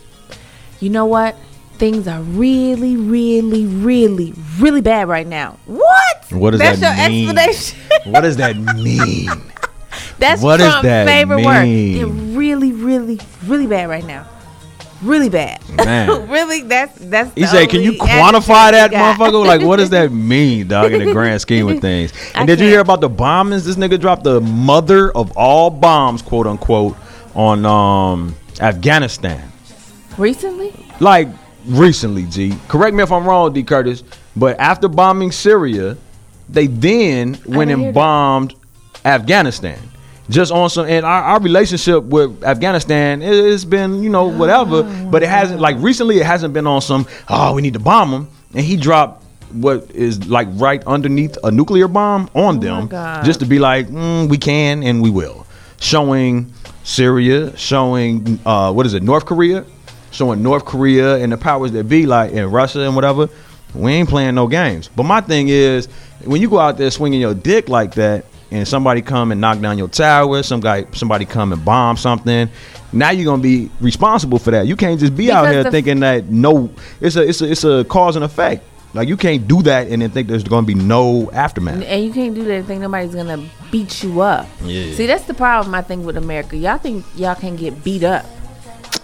[SPEAKER 5] "You know what? Things are really, really, really, really bad right now." What?
[SPEAKER 6] What does
[SPEAKER 5] That's your
[SPEAKER 6] that mean?
[SPEAKER 5] explanation.
[SPEAKER 6] What does that mean?
[SPEAKER 5] That's
[SPEAKER 6] What does
[SPEAKER 5] Trump's
[SPEAKER 6] that
[SPEAKER 5] favorite
[SPEAKER 6] mean?
[SPEAKER 5] word. They're really, really, really bad right now. Really bad.
[SPEAKER 6] Man.
[SPEAKER 5] really, that's that's.
[SPEAKER 6] He
[SPEAKER 5] the
[SPEAKER 6] said, "Can you
[SPEAKER 5] only
[SPEAKER 6] quantify that,
[SPEAKER 5] attitude he got."
[SPEAKER 6] motherfucker? Like, what does that mean, dog? In the grand scheme of things."
[SPEAKER 5] I
[SPEAKER 6] And did you
[SPEAKER 5] can't.
[SPEAKER 6] hear about the bombings? This nigga dropped the mother of all bombs, quote unquote, on um, Afghanistan.
[SPEAKER 5] Recently,
[SPEAKER 6] Like recently, G. Correct me if I'm wrong, D. Curtis, but after bombing Syria, they then went
[SPEAKER 5] didn't hear
[SPEAKER 6] and
[SPEAKER 5] that.
[SPEAKER 6] bombed Afghanistan. Just on some, and our, our relationship with Afghanistan, it, it's been you know whatever, but it hasn't like recently. It hasn't been on some. Oh, we need to bomb them, and he dropped what is like right underneath a nuclear bomb on them,
[SPEAKER 5] Oh God.
[SPEAKER 6] just to be like, mm, we can and we will, showing Syria, showing uh, what is it, North Korea, showing North Korea and the powers that be, like in Russia and whatever. We ain't playing no games. But my thing is, when you go out there swinging your dick like that, and somebody come and knock down your tower, some guy, somebody come and bomb something. Now you're gonna be responsible for that. You can't just be out
[SPEAKER 5] Because
[SPEAKER 6] here
[SPEAKER 5] the-
[SPEAKER 6] thinking that no, it's a it's a it's a cause and effect. Like you can't do that and then think there's gonna be no aftermath.
[SPEAKER 5] and you can't do that and think nobody's gonna beat you up. See, that's the problem I think with America. Y'all think y'all can get beat up,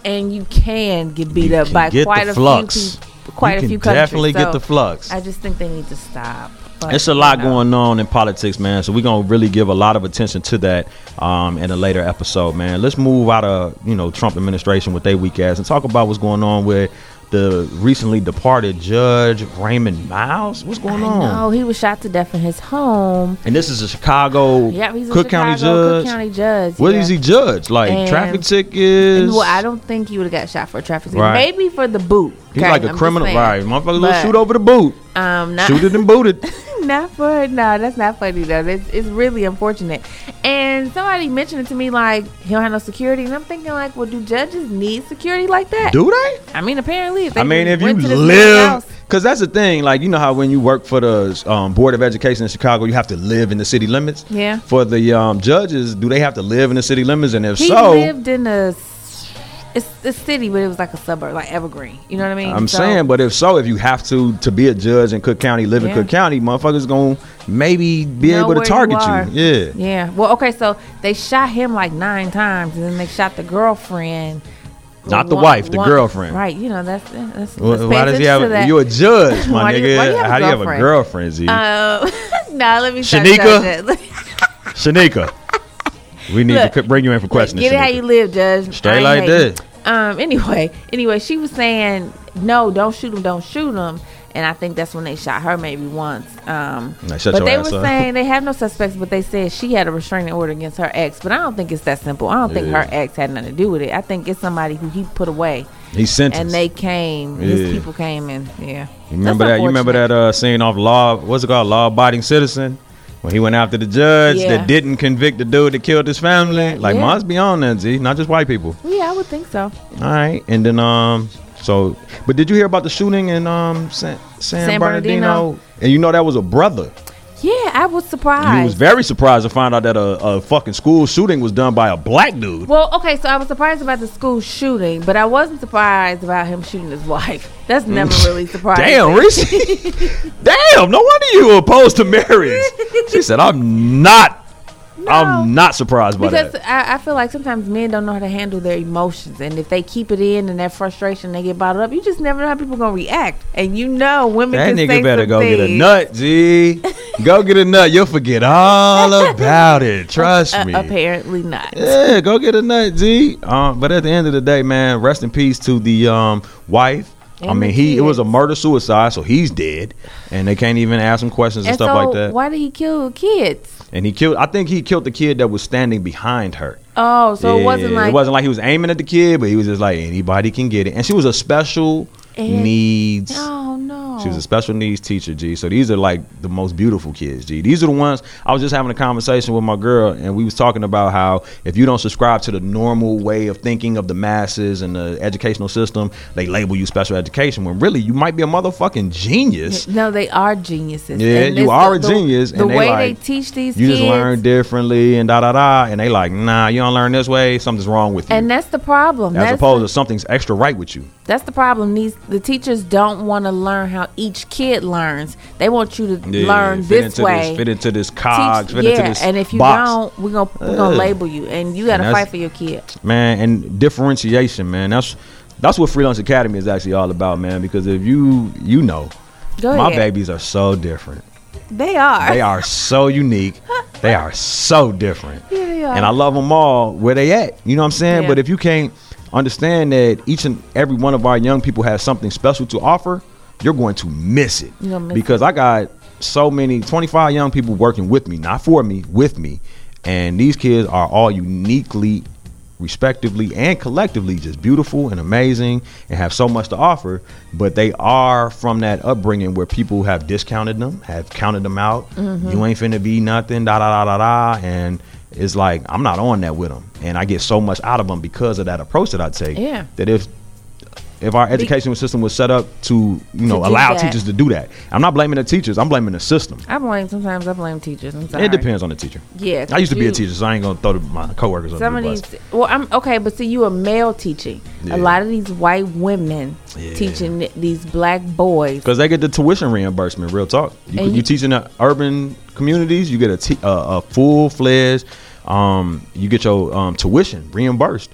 [SPEAKER 5] and you can get beat
[SPEAKER 6] You
[SPEAKER 5] up
[SPEAKER 6] can
[SPEAKER 5] uh, by
[SPEAKER 6] get
[SPEAKER 5] quite
[SPEAKER 6] the
[SPEAKER 5] a
[SPEAKER 6] flux.
[SPEAKER 5] few people, quite
[SPEAKER 6] You
[SPEAKER 5] a
[SPEAKER 6] can
[SPEAKER 5] few countries.
[SPEAKER 6] definitely get
[SPEAKER 5] So,
[SPEAKER 6] the flux.
[SPEAKER 5] I just think they need to stop. But,
[SPEAKER 6] It's a
[SPEAKER 5] you
[SPEAKER 6] lot
[SPEAKER 5] know.
[SPEAKER 6] going on in politics, man. So we're gonna really give a lot of attention to that um, in a later episode, man. Let's move out of you know Trump administration with their weak ass and talk about what's going on with the recently departed Judge Raymond Miles. What's going on?
[SPEAKER 5] No, he was shot to death in his home.
[SPEAKER 6] And this is a Chicago,
[SPEAKER 5] Yeah, he's a
[SPEAKER 6] Cook
[SPEAKER 5] Chicago,
[SPEAKER 6] County judge.
[SPEAKER 5] Cook County judge.
[SPEAKER 6] What
[SPEAKER 5] yeah.
[SPEAKER 6] is he judge? Like
[SPEAKER 5] And-
[SPEAKER 6] traffic tickets?
[SPEAKER 5] Well, I don't think he would have got shot for a traffic ticket.
[SPEAKER 6] Right.
[SPEAKER 5] Maybe for the boot.
[SPEAKER 6] He's
[SPEAKER 5] okay?
[SPEAKER 6] like a
[SPEAKER 5] I'm just
[SPEAKER 6] criminal,
[SPEAKER 5] saying.
[SPEAKER 6] right? Motherfucker,
[SPEAKER 5] But,
[SPEAKER 6] let's shoot over the boot,
[SPEAKER 5] Um, not,
[SPEAKER 6] shoot it and boot it.
[SPEAKER 5] not for no. That's not funny though. That's it's really unfortunate. And somebody mentioned it to me like he don't have no security, and I'm thinking like, well, do judges need security like that?
[SPEAKER 6] Do they?
[SPEAKER 5] I mean, apparently. If they
[SPEAKER 6] I mean, if you
[SPEAKER 5] went to this man's
[SPEAKER 6] live,
[SPEAKER 5] house-
[SPEAKER 6] because that's the thing. Like, you know how when you work for the um, board of education in Chicago, you have to live in the city limits.
[SPEAKER 5] Yeah.
[SPEAKER 6] For the um, judges, do they have to live in the city limits? And if
[SPEAKER 5] he
[SPEAKER 6] so,
[SPEAKER 5] lived in a s- it's a city, but it was like a suburb, like Evergreen. You know what I mean?
[SPEAKER 6] I'm
[SPEAKER 5] So-
[SPEAKER 6] saying, but if so, if you have to to be a judge in Cook County, live in
[SPEAKER 5] Yeah.
[SPEAKER 6] Cook County, motherfuckers gonna maybe be
[SPEAKER 5] Know
[SPEAKER 6] able to
[SPEAKER 5] where you
[SPEAKER 6] target
[SPEAKER 5] are.
[SPEAKER 6] you. Yeah.
[SPEAKER 5] Yeah. Well, okay, so they shot him like nine times, and then they shot the girlfriend.
[SPEAKER 6] Not the wife, the girlfriend.
[SPEAKER 5] Right. You know that's that's.
[SPEAKER 6] Why-
[SPEAKER 5] that's
[SPEAKER 6] why does he have?
[SPEAKER 5] that.
[SPEAKER 6] You a judge, my
[SPEAKER 5] Why do
[SPEAKER 6] nigga?
[SPEAKER 5] you- why do you have a
[SPEAKER 6] How do you have a
[SPEAKER 5] girlfriend?
[SPEAKER 6] girlfriend, Z?
[SPEAKER 5] Um, nah, let me stop
[SPEAKER 6] Shanika?
[SPEAKER 5] Judge.
[SPEAKER 6] Shanika, we need
[SPEAKER 5] Look,
[SPEAKER 6] to c- bring you in for questioning.
[SPEAKER 5] Get it how
[SPEAKER 6] Shanika.
[SPEAKER 5] you live, Judge.
[SPEAKER 6] Straight
[SPEAKER 5] I ain't
[SPEAKER 6] like
[SPEAKER 5] hating.
[SPEAKER 6] that.
[SPEAKER 5] Um. Anyway, anyway, she was saying no, don't shoot him, don't shoot him, and I think that's when they shot her maybe once. Um.
[SPEAKER 6] Nah, shut
[SPEAKER 5] but
[SPEAKER 6] your
[SPEAKER 5] they
[SPEAKER 6] ass
[SPEAKER 5] were
[SPEAKER 6] up.
[SPEAKER 5] saying they have no suspects, but they said she had a restraining order against her ex. But I don't think it's that simple. I don't think
[SPEAKER 6] Yeah.
[SPEAKER 5] her ex had nothing to do with it. I think it's somebody who he put away,
[SPEAKER 6] He sentenced.
[SPEAKER 5] and they came.
[SPEAKER 6] Yeah.
[SPEAKER 5] His people came, and yeah.
[SPEAKER 6] You remember that? You remember that uh, scene off Law? What's it called? Law Abiding Citizen. When he went after the judge
[SPEAKER 5] Yeah.
[SPEAKER 6] that didn't convict the dude that killed his family. Like,
[SPEAKER 5] Yeah.
[SPEAKER 6] must be on that, Z. Not just white people.
[SPEAKER 5] Yeah, I would think so.
[SPEAKER 6] All right, and then um, so but did you hear about the shooting in um San, San,
[SPEAKER 5] San
[SPEAKER 6] Bernardino?
[SPEAKER 5] Bernardino?
[SPEAKER 6] And you know that was a brother.
[SPEAKER 5] Yeah, I was surprised.
[SPEAKER 6] You was very surprised to find out that a, a fucking school shooting was done by a black dude.
[SPEAKER 5] Well, okay, so I was surprised about the school shooting, but I wasn't surprised about him shooting his wife. That's never really surprising.
[SPEAKER 6] Mm. Damn, Reese. Damn, no wonder you were opposed to marriage. She said, "I'm not. I'm not surprised by
[SPEAKER 5] Because
[SPEAKER 6] that."
[SPEAKER 5] I, I feel like sometimes men don't know how to handle their emotions, and if they keep it in and that frustration they get bottled up, you just never know how people gonna react. And you know, women
[SPEAKER 6] That
[SPEAKER 5] can say
[SPEAKER 6] nigga better
[SPEAKER 5] some
[SPEAKER 6] go get a
[SPEAKER 5] things.
[SPEAKER 6] nut, G. go get a nut. You'll forget all about it. Trust
[SPEAKER 5] Uh,
[SPEAKER 6] me.
[SPEAKER 5] apparently not.
[SPEAKER 6] Yeah, go get a nut, G. Um, but at the end of the day, man, rest in peace to the um, wife. I
[SPEAKER 5] And
[SPEAKER 6] mean,
[SPEAKER 5] the
[SPEAKER 6] he it
[SPEAKER 5] kids.
[SPEAKER 6] was a murder suicide, so he's dead, and they can't even ask him questions and,
[SPEAKER 5] And
[SPEAKER 6] stuff
[SPEAKER 5] so,
[SPEAKER 6] like that.
[SPEAKER 5] why did he kill kids?
[SPEAKER 6] And he killed. I think he killed the kid that was standing behind her.
[SPEAKER 5] Oh, so it wasn't
[SPEAKER 6] Yeah,
[SPEAKER 5] like
[SPEAKER 6] it wasn't like he was aiming at the kid, but he was just like anybody can get it. And she was a special
[SPEAKER 5] And-
[SPEAKER 6] needs.
[SPEAKER 5] Oh no.
[SPEAKER 6] She was a special needs teacher, G. So these are like the most beautiful kids, G. These are the ones I was just having a conversation with my girl, and we was talking about how if you don't subscribe to the normal way of thinking of the masses and the educational system, they label you special education when really you might be a motherfucking genius.
[SPEAKER 5] no, they are geniuses.
[SPEAKER 6] Yeah,
[SPEAKER 5] And
[SPEAKER 6] you
[SPEAKER 5] it's
[SPEAKER 6] are a
[SPEAKER 5] the-
[SPEAKER 6] genius,
[SPEAKER 5] The,
[SPEAKER 6] and they
[SPEAKER 5] way
[SPEAKER 6] like,
[SPEAKER 5] they teach these
[SPEAKER 6] You
[SPEAKER 5] kids,
[SPEAKER 6] just learn differently and da da da, and they like, nah, you don't learn this way. Something's wrong with you.
[SPEAKER 5] And that's the problem.
[SPEAKER 6] as
[SPEAKER 5] that's,
[SPEAKER 6] opposed to something's extra right with you.
[SPEAKER 5] that's the problem. These the teachers don't want to learn how each kid learns. They want you to
[SPEAKER 6] Yeah,
[SPEAKER 5] learn
[SPEAKER 6] fit
[SPEAKER 5] this
[SPEAKER 6] into
[SPEAKER 5] way.
[SPEAKER 6] This, fit into this
[SPEAKER 5] Teach-
[SPEAKER 6] cog. fit
[SPEAKER 5] yeah,
[SPEAKER 6] into this
[SPEAKER 5] and if you
[SPEAKER 6] box.
[SPEAKER 5] don't, we're gonna we're gonna
[SPEAKER 6] Ugh.
[SPEAKER 5] label you, and you gotta
[SPEAKER 6] And that's-
[SPEAKER 5] fight for your kid.
[SPEAKER 6] man, and differentiation, man. That's that's what Freelance Academy is actually all about, man. Because if you you know,
[SPEAKER 5] Go
[SPEAKER 6] my
[SPEAKER 5] ahead.
[SPEAKER 6] babies are so different.
[SPEAKER 5] They are.
[SPEAKER 6] They are so unique. They are so different.
[SPEAKER 5] Yeah, they are.
[SPEAKER 6] And I love them all where they at. You know what I'm saying?
[SPEAKER 5] Yeah.
[SPEAKER 6] But if you can't understand that each and every one of our young people has something special to offer, you're going to miss it.
[SPEAKER 5] You're gonna miss
[SPEAKER 6] because I got so many 25 young people working with me, not for me, with me. And these kids are all uniquely respectively and collectively just beautiful and amazing and have so much to offer but they are from that upbringing where people have discounted them have counted them out you ain't finna be nothing da da da da da and it's like i'm not on that with them and i get so much out of them because of that approach that i take
[SPEAKER 5] Yeah.
[SPEAKER 6] that if if our educational system was set up to you know
[SPEAKER 5] do
[SPEAKER 6] allow
[SPEAKER 5] that.
[SPEAKER 6] teachers to do that i'm not blaming the teachers i'm blaming the system
[SPEAKER 5] I blame sometimes I blame teachers. I'm sorry.
[SPEAKER 6] it depends on the teacher
[SPEAKER 5] Yeah,
[SPEAKER 6] i used to be a
[SPEAKER 5] you-
[SPEAKER 6] teacher so i ain't gonna throw the, my coworkers
[SPEAKER 5] Some
[SPEAKER 6] under
[SPEAKER 5] of
[SPEAKER 6] the bus
[SPEAKER 5] these, well, I'm okay, but see, you a male teaching.
[SPEAKER 6] Yeah.
[SPEAKER 5] A lot of these white women
[SPEAKER 6] Yeah.
[SPEAKER 5] teaching these black boys.
[SPEAKER 6] Because they get the tuition reimbursement, real talk. You,
[SPEAKER 5] And
[SPEAKER 6] you
[SPEAKER 5] you-
[SPEAKER 6] teaching the urban communities, you get a, t- a, a full fledged, um, you get your um, tuition reimbursed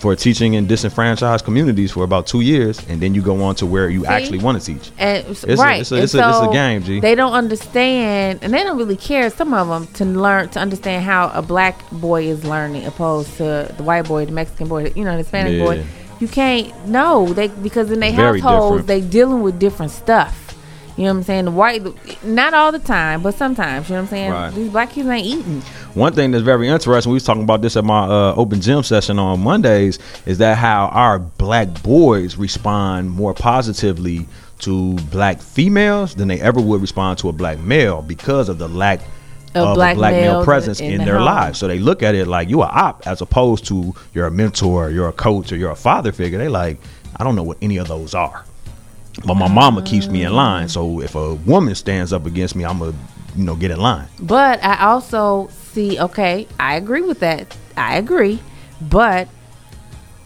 [SPEAKER 6] for teaching in disenfranchised communities for about two years, and then you go on to where you actually want to teach.
[SPEAKER 5] And s-
[SPEAKER 6] It's a-
[SPEAKER 5] right,
[SPEAKER 6] it's a-
[SPEAKER 5] And
[SPEAKER 6] it's a- it's a
[SPEAKER 5] so
[SPEAKER 6] game, G.
[SPEAKER 5] They don't understand, and they don't really care. Some of them to learn to understand how a black boy is learning, opposed to the white boy, the Mexican boy, you know, the Hispanic
[SPEAKER 6] Yeah.
[SPEAKER 5] boy. You can't no, they because in their
[SPEAKER 6] Very
[SPEAKER 5] households
[SPEAKER 6] different.
[SPEAKER 5] they dealing with different stuff. You know what I'm saying? The white, not all the time, but sometimes. You know what I'm saying?
[SPEAKER 6] Right.
[SPEAKER 5] These black kids ain't eating.
[SPEAKER 6] One thing that's very interesting, we was talking about this at my uh, open gym session on Mondays, is that how our black boys respond more positively to black females than they ever would respond to a black male because of the lack
[SPEAKER 5] Of
[SPEAKER 6] of
[SPEAKER 5] black
[SPEAKER 6] a black male
[SPEAKER 5] males
[SPEAKER 6] presence in,
[SPEAKER 5] in the
[SPEAKER 6] their
[SPEAKER 5] home.
[SPEAKER 6] lives. So they look at it like you a op as opposed to you're a mentor, you're a coach, or you're a father figure. They like, I don't know what any of those are. But my mama keeps me in line. So if a woman stands up against me, I'm going to, you know, get in line.
[SPEAKER 5] But I also see, okay, I agree with that. I agree. But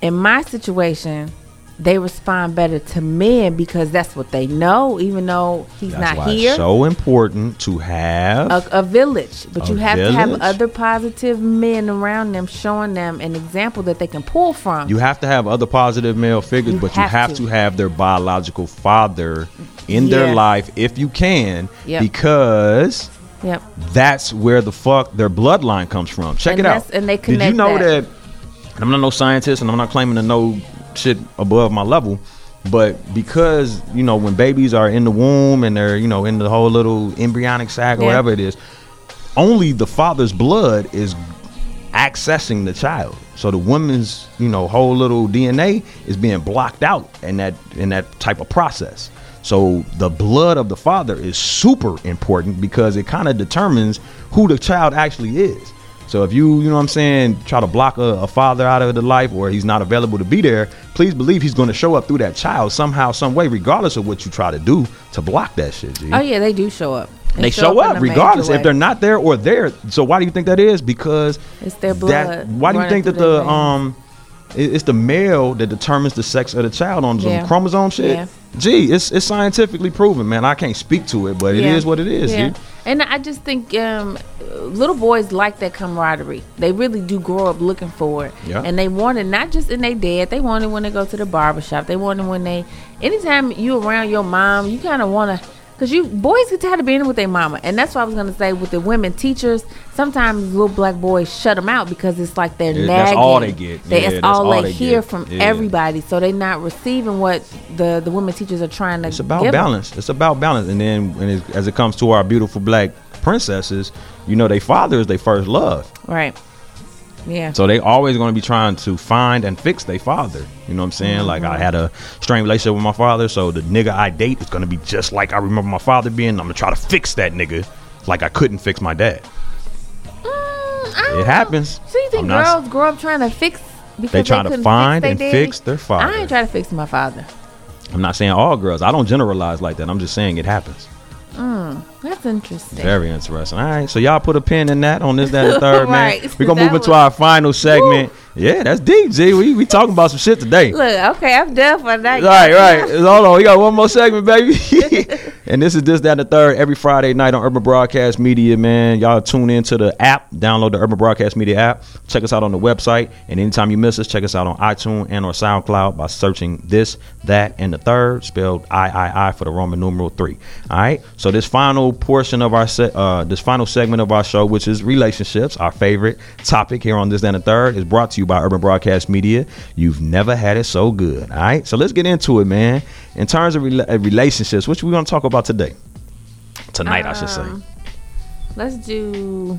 [SPEAKER 5] in my situation, they respond better to men because that's what they know, even though he's not
[SPEAKER 6] That's why
[SPEAKER 5] here.
[SPEAKER 6] It's so important to have.
[SPEAKER 5] a, a village, but
[SPEAKER 6] A
[SPEAKER 5] you have to have
[SPEAKER 6] village?
[SPEAKER 5] other positive men around them, showing them an example that they can pull from.
[SPEAKER 6] You have to have other positive male figures,
[SPEAKER 5] You
[SPEAKER 6] but you
[SPEAKER 5] have
[SPEAKER 6] have
[SPEAKER 5] to.
[SPEAKER 6] to. have their biological father in their
[SPEAKER 5] Yeah.
[SPEAKER 6] life if you can,
[SPEAKER 5] Yep.
[SPEAKER 6] because
[SPEAKER 5] yep.
[SPEAKER 6] that's where the fuck their bloodline comes from. Check
[SPEAKER 5] And
[SPEAKER 6] it out.
[SPEAKER 5] that's- and they
[SPEAKER 6] Did you
[SPEAKER 5] connect
[SPEAKER 6] know
[SPEAKER 5] that.
[SPEAKER 6] that? and I'm not no scientist, and I'm not claiming to know shit above my level, but because you know when babies are in the womb and they're you know in the whole little embryonic sac or
[SPEAKER 5] Yeah.
[SPEAKER 6] whatever it is, only the father's blood is accessing the child. So the woman's, you know, whole little DNA is being blocked out in that in that type of process. So the blood of the father is super important because it kind of determines who the child actually is. So if you, you know what I'm saying, try to block a, a father out of the life or he's not available to be there, please believe he's going to show up through that child somehow, some way, regardless of what you try to do to block that shit. G
[SPEAKER 5] Oh yeah, they do show up.
[SPEAKER 6] they show
[SPEAKER 5] in
[SPEAKER 6] up
[SPEAKER 5] a major
[SPEAKER 6] regardless if
[SPEAKER 5] way.
[SPEAKER 6] they're not there or there. So why do you think that is? Because
[SPEAKER 5] It's their blood
[SPEAKER 6] That, why do you
[SPEAKER 5] running
[SPEAKER 6] think that
[SPEAKER 5] through their
[SPEAKER 6] the
[SPEAKER 5] veins.
[SPEAKER 6] um, i- it's the male that determines the sex of the child on some
[SPEAKER 5] Yeah.
[SPEAKER 6] chromosome shit?
[SPEAKER 5] Yeah.
[SPEAKER 6] Gee, it's it's scientifically proven, man. I can't speak to it, but it
[SPEAKER 5] Yeah.
[SPEAKER 6] is what it is.
[SPEAKER 5] Yeah.
[SPEAKER 6] dude.
[SPEAKER 5] And I just think um, little boys like that camaraderie. They really do grow up looking for it.
[SPEAKER 6] Yeah.
[SPEAKER 5] And they want it not just in their dad, they want it when they go to the barbershop. They want it when they, anytime you around your mom, you kind of want to. Cause you boys get tired of being with their mama, and that's what I was gonna say with the women teachers. Sometimes little black boys shut them out because it's like they're
[SPEAKER 6] Yeah,
[SPEAKER 5] nagging.
[SPEAKER 6] that's all they get. Yeah,
[SPEAKER 5] that's,
[SPEAKER 6] that's
[SPEAKER 5] all, they,
[SPEAKER 6] all they
[SPEAKER 5] hear
[SPEAKER 6] get.
[SPEAKER 5] from
[SPEAKER 6] Yeah.
[SPEAKER 5] everybody, so they're not receiving what the the women teachers are trying to.
[SPEAKER 6] It's about
[SPEAKER 5] give 'em.
[SPEAKER 6] balance. It's about balance. And then when it, as it comes to our beautiful black princesses, you know, they father is their first love.
[SPEAKER 5] right? Yeah.
[SPEAKER 6] So they always going to be trying to find and fix their father. You know what I'm saying? Like I had a strange relationship with my father, so the nigga I date is going to be just like I remember my father being. I'm going to try to fix that nigga like I couldn't fix my dad.
[SPEAKER 5] Mm,
[SPEAKER 6] It happens.
[SPEAKER 5] So you think
[SPEAKER 6] I'm not-
[SPEAKER 5] girls grow up trying to fix? Because
[SPEAKER 6] They trying to
[SPEAKER 5] couldn't
[SPEAKER 6] find
[SPEAKER 5] fix
[SPEAKER 6] and
[SPEAKER 5] they
[SPEAKER 6] fix
[SPEAKER 5] daddy?
[SPEAKER 6] their father.
[SPEAKER 5] I ain't trying to fix my father.
[SPEAKER 6] I'm not saying all girls. I don't generalize like that. I'm just saying it happens.
[SPEAKER 5] That's interesting.
[SPEAKER 6] Very interesting. All right, so y'all put a pin in that on this, that, and third, man.
[SPEAKER 5] Right.
[SPEAKER 6] We're gonna
[SPEAKER 5] That
[SPEAKER 6] move into
[SPEAKER 5] was-
[SPEAKER 6] our final segment. Yeah, that's deep, G. We we talking about some shit today.
[SPEAKER 5] Look, okay, I'm done for that.
[SPEAKER 6] Right, right. Hold on, we got one more segment, baby. and this is this, that, and the third every Friday night on Urban Broadcast Media, man. Y'all tune in to the app, download the Urban Broadcast Media app, check us out on the website, and anytime you miss us, check us out on iTunes and or SoundCloud by searching this, that, and the third, spelled I I I for the Roman numeral three. All right. So this final portion of our se- uh, this final segment of our show, which is relationships, our favorite topic here on this, that, and the third, is brought to you by Urban Broadcast Media. You've never had it so good. All right. So let's get into it, man. In terms of rela- uh, relationships, which we going to talk about today, tonight, I should say.
[SPEAKER 5] Let's do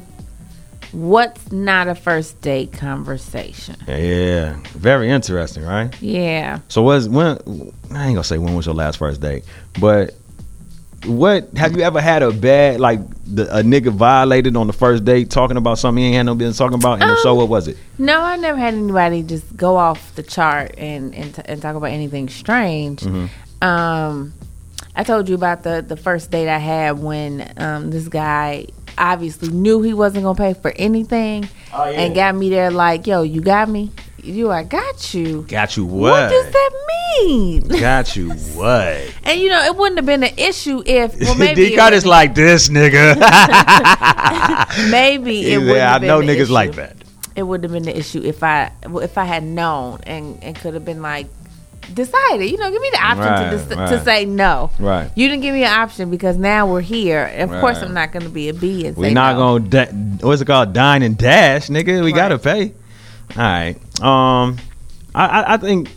[SPEAKER 5] what's not a first date conversation.
[SPEAKER 6] Yeah, very interesting, right?
[SPEAKER 5] Yeah.
[SPEAKER 6] So was when I ain't gonna say when was your last first date, but what have you ever had a bad like the, a nigga violated on the first date talking about something he ain't had no business talking about, and if so, what was it?
[SPEAKER 5] No, I never had anybody just go off the chart and and, t- and talk about anything strange.
[SPEAKER 6] Mm-hmm.
[SPEAKER 5] Um, I told you about the the first date I had when um, this guy obviously knew he wasn't gonna pay for anything and got me there like, "Yo, you got me? You, I got you."
[SPEAKER 6] Got you
[SPEAKER 5] What
[SPEAKER 6] what?
[SPEAKER 5] does that mean?
[SPEAKER 6] Got you what?
[SPEAKER 5] And you know, it wouldn't have been an issue if well maybe
[SPEAKER 6] D
[SPEAKER 5] it
[SPEAKER 6] got is
[SPEAKER 5] would-
[SPEAKER 6] like this nigga.
[SPEAKER 5] maybe it would
[SPEAKER 6] yeah, I know niggas like that.
[SPEAKER 5] it would have been the issue if I if I had known and and could have been like decided. You know, give me the option
[SPEAKER 6] Right,
[SPEAKER 5] to dec- to
[SPEAKER 6] right.
[SPEAKER 5] say no.
[SPEAKER 6] Right.
[SPEAKER 5] You didn't give me an option because now we're here. Of course,
[SPEAKER 6] Right.
[SPEAKER 5] I'm not going to be a B and
[SPEAKER 6] We
[SPEAKER 5] say
[SPEAKER 6] not
[SPEAKER 5] no.
[SPEAKER 6] gonna da- what's it called? Dine and dash, nigga. We
[SPEAKER 5] Right.
[SPEAKER 6] gotta pay. All right. Um, I, I I think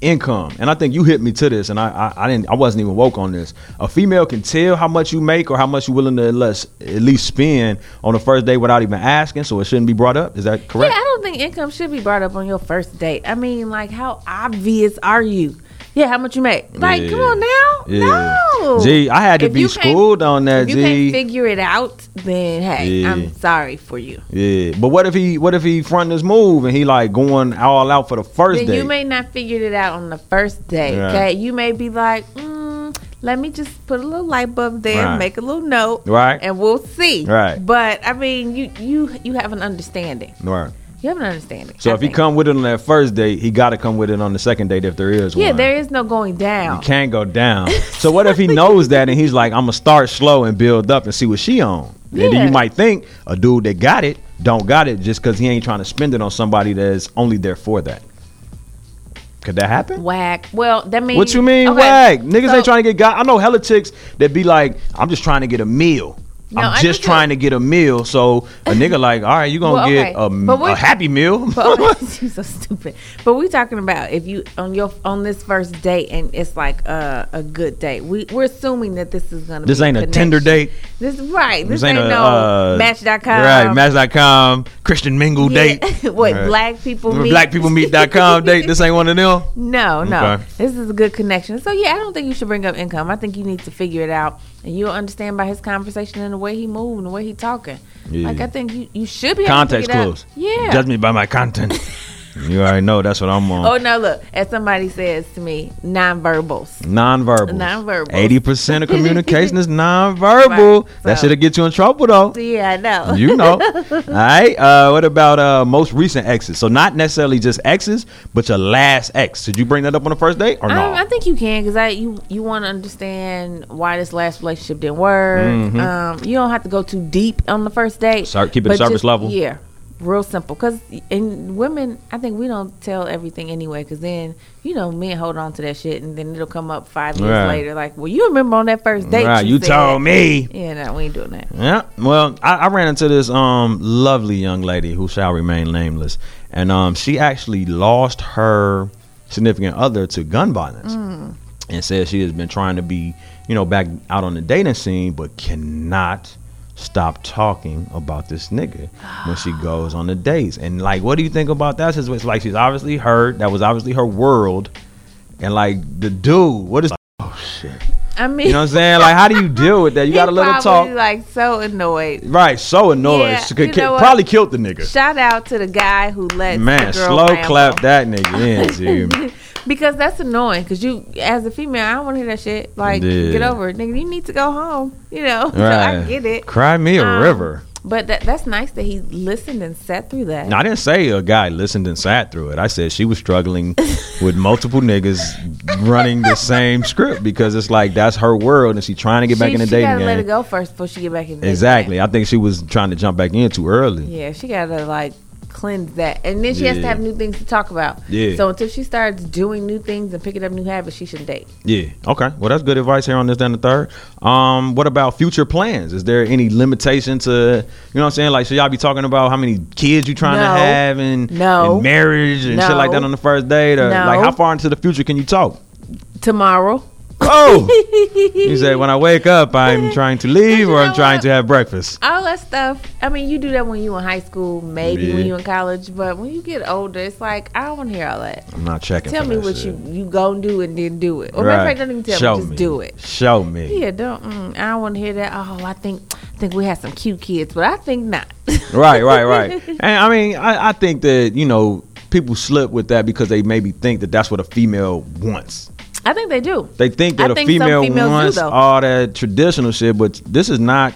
[SPEAKER 6] income, and I think you hit me to this, and I, I I didn't I wasn't even woke on this. A female can tell how much you make or how much you're willing to at least, at least spend on the first day without even asking, so it shouldn't be brought up. Is that
[SPEAKER 5] Yeah,
[SPEAKER 6] correct?
[SPEAKER 5] I don't think income should be brought up on your first date. I mean, like, how obvious are you? Yeah, how much you make? Like, come
[SPEAKER 6] Yeah.
[SPEAKER 5] on now.
[SPEAKER 6] Yeah.
[SPEAKER 5] No.
[SPEAKER 6] Gee, I had to
[SPEAKER 5] If
[SPEAKER 6] be
[SPEAKER 5] you can't-
[SPEAKER 6] schooled on that.
[SPEAKER 5] If you
[SPEAKER 6] G.
[SPEAKER 5] can't figure it out, then hey,
[SPEAKER 6] Yeah.
[SPEAKER 5] I'm sorry for you.
[SPEAKER 6] Yeah, but what if he what if he fronting his move and he like going all out for the first
[SPEAKER 5] Then
[SPEAKER 6] day?
[SPEAKER 5] you may not figured it out on the first day.
[SPEAKER 6] Right.
[SPEAKER 5] Okay, you may be like, mm, let me just put a little light bulb there,
[SPEAKER 6] Right.
[SPEAKER 5] make a little note,
[SPEAKER 6] Right.
[SPEAKER 5] and we'll see.
[SPEAKER 6] Right.
[SPEAKER 5] But I mean, you you you have an understanding.
[SPEAKER 6] right.
[SPEAKER 5] You have an understanding.
[SPEAKER 6] So
[SPEAKER 5] I
[SPEAKER 6] if he
[SPEAKER 5] think.
[SPEAKER 6] come with it on that first date, he got to come with it on the second date if there is
[SPEAKER 5] yeah,
[SPEAKER 6] one.
[SPEAKER 5] there is no going
[SPEAKER 6] You
[SPEAKER 5] down.
[SPEAKER 6] can't go down. So what if he knows that and he's like, I'm gonna start slow and build up and see what she on. And then
[SPEAKER 5] Yeah.
[SPEAKER 6] you might think a dude that got it don't got it just because he ain't trying to spend it on somebody that's only there for that. Could that happen?
[SPEAKER 5] Whack. Well, that means
[SPEAKER 6] What you mean
[SPEAKER 5] Okay,
[SPEAKER 6] whack? Niggas
[SPEAKER 5] so-
[SPEAKER 6] ain't trying to get got. I know hella chicks that be like, I'm just trying to get a meal.
[SPEAKER 5] No, I
[SPEAKER 6] I'm
[SPEAKER 5] think
[SPEAKER 6] just
[SPEAKER 5] that-
[SPEAKER 6] trying to get a meal. So a nigga like, all right, you gonna
[SPEAKER 5] Well,
[SPEAKER 6] get
[SPEAKER 5] okay,
[SPEAKER 6] a, m-
[SPEAKER 5] but we-
[SPEAKER 6] a happy meal.
[SPEAKER 5] But you're so stupid. But we talking about if you on your on this first date and it's like a, a good date. We we're assuming that this is gonna.
[SPEAKER 6] This
[SPEAKER 5] be
[SPEAKER 6] ain't a
[SPEAKER 5] connection.
[SPEAKER 6] Tinder date.
[SPEAKER 5] This right. This,
[SPEAKER 6] This ain't
[SPEAKER 5] ain't,
[SPEAKER 6] a,
[SPEAKER 5] no
[SPEAKER 6] uh,
[SPEAKER 5] Match.com.
[SPEAKER 6] Right, Match.com, Christian Mingle
[SPEAKER 5] Yeah.
[SPEAKER 6] date.
[SPEAKER 5] what
[SPEAKER 6] Right.
[SPEAKER 5] black people meet.
[SPEAKER 6] Black people meet.com date. This ain't one of them.
[SPEAKER 5] No, no.
[SPEAKER 6] Okay.
[SPEAKER 5] This is a good connection. So yeah, I don't think you should bring up income. I think you need to figure it out, and you'll understand by his conversation and the way he moved and the way he talking.
[SPEAKER 6] Yeah.
[SPEAKER 5] Like I think you, you should be able to
[SPEAKER 6] Context
[SPEAKER 5] figure it out.
[SPEAKER 6] clues.
[SPEAKER 5] Yeah.
[SPEAKER 6] Judge me by my content. you already know that's what I'm on.
[SPEAKER 5] Oh no! Look, as somebody says to me, nonverbals.
[SPEAKER 6] Nonverbal.
[SPEAKER 5] Nonverbal.
[SPEAKER 6] Eighty percent of communication is nonverbal.
[SPEAKER 5] Right,
[SPEAKER 6] That
[SPEAKER 5] so-
[SPEAKER 6] should get you in trouble though.
[SPEAKER 5] Yeah, I know.
[SPEAKER 6] You know. All right. Uh, what about uh, most recent exes? So not necessarily just exes, but your last ex. Did you bring that up on the first date or no?
[SPEAKER 5] Um, I think you can because I you you want to understand why this last relationship didn't work.
[SPEAKER 6] Mm-hmm.
[SPEAKER 5] Um, you don't have to go too deep on the first date.
[SPEAKER 6] Sur- keep it
[SPEAKER 5] but
[SPEAKER 6] surface level.
[SPEAKER 5] Yeah, real simple. Because in women, I think we don't tell everything anyway. Because then you know men hold on to that shit, and then it'll come up five years
[SPEAKER 6] Right.
[SPEAKER 5] later. Like, well, you remember on that first date?
[SPEAKER 6] right. You
[SPEAKER 5] said-
[SPEAKER 6] told me.
[SPEAKER 5] Yeah, no, we ain't doing that.
[SPEAKER 6] Yeah. Well, I, I ran into this um lovely young lady who shall remain nameless, and um she actually lost her significant other to gun violence,
[SPEAKER 5] Mm.
[SPEAKER 6] and said she has been trying to be you know back out on the dating scene, but cannot stop talking about this nigga when she goes on the dates. And like, what do you think about that? It's like she's obviously heard that was obviously her world, and like the dude, what is? Oh shit.
[SPEAKER 5] I mean,
[SPEAKER 6] You know what I'm saying? Like, how do you deal with that? You
[SPEAKER 5] he
[SPEAKER 6] got to let her talk.
[SPEAKER 5] probably, Like, so annoyed.
[SPEAKER 6] Right, so annoyed.
[SPEAKER 5] Yeah,
[SPEAKER 6] she could
[SPEAKER 5] you
[SPEAKER 6] ki-
[SPEAKER 5] know what?
[SPEAKER 6] probably killed the nigga.
[SPEAKER 5] Shout out to the guy who let
[SPEAKER 6] Man, slow clap that nigga in, dude.
[SPEAKER 5] because that's annoying. Because you, as a female, I don't want to hear that shit. Like,
[SPEAKER 6] Yeah.
[SPEAKER 5] get over it, nigga. You need to go home. You know, so I
[SPEAKER 6] Right.
[SPEAKER 5] get it.
[SPEAKER 6] Cry me a
[SPEAKER 5] Um,
[SPEAKER 6] river.
[SPEAKER 5] But that, that's nice that he listened and sat through that.
[SPEAKER 6] No, I didn't say a guy listened and sat through it. I said she was struggling with multiple niggas running the same script because it's like that's her world and she trying to get back
[SPEAKER 5] she,
[SPEAKER 6] in the
[SPEAKER 5] she
[SPEAKER 6] dating
[SPEAKER 5] gotta let it
[SPEAKER 6] game.
[SPEAKER 5] go first before she get back in. The dating
[SPEAKER 6] Exactly.
[SPEAKER 5] game.
[SPEAKER 6] I think she was trying to jump back in too early.
[SPEAKER 5] Yeah, she gotta like cleanse that, and then she has to
[SPEAKER 6] Yeah.
[SPEAKER 5] have new things to talk about.
[SPEAKER 6] Yeah.
[SPEAKER 5] So until she starts doing new things and picking up new habits, she should date.
[SPEAKER 6] Yeah. Okay. Well, that's good advice here on this, then the third. Um, what about future plans? Is there any limitation to, you know what I'm saying? Like, should y'all be talking about how many kids you trying
[SPEAKER 5] No.
[SPEAKER 6] to have and,
[SPEAKER 5] No.
[SPEAKER 6] and marriage and shit like that
[SPEAKER 5] No.
[SPEAKER 6] on the first date? Or,
[SPEAKER 5] No.
[SPEAKER 6] Like, how far into the future can you talk?
[SPEAKER 5] Tomorrow.
[SPEAKER 6] Oh! you said, when I wake up, I'm trying to leave
[SPEAKER 5] You
[SPEAKER 6] or
[SPEAKER 5] know
[SPEAKER 6] I'm trying
[SPEAKER 5] what?
[SPEAKER 6] to have breakfast.
[SPEAKER 5] all that stuff. I mean, you do that when you in high school, maybe
[SPEAKER 6] Yeah.
[SPEAKER 5] when you in college, but when you get older, it's like I don't want to hear all that.
[SPEAKER 6] I'm not checking.
[SPEAKER 5] Tell
[SPEAKER 6] for
[SPEAKER 5] me
[SPEAKER 6] that
[SPEAKER 5] what
[SPEAKER 6] shit.
[SPEAKER 5] you you gonna do and then do it. Or
[SPEAKER 6] Right.
[SPEAKER 5] matter of fact, don't even tell
[SPEAKER 6] Show
[SPEAKER 5] me, just
[SPEAKER 6] me.
[SPEAKER 5] do it.
[SPEAKER 6] Show me.
[SPEAKER 5] Yeah, don't. Mm, I don't want to hear that. Oh, I think I think we had some cute kids, but I think not.
[SPEAKER 6] right, right, right. And I mean, I, I think that, you know, people slip with that because they maybe think that that's what a female wants.
[SPEAKER 5] I think they do.
[SPEAKER 6] They think
[SPEAKER 5] I
[SPEAKER 6] that a
[SPEAKER 5] think some
[SPEAKER 6] female
[SPEAKER 5] females do,
[SPEAKER 6] wants
[SPEAKER 5] though.
[SPEAKER 6] all that traditional shit, but this is not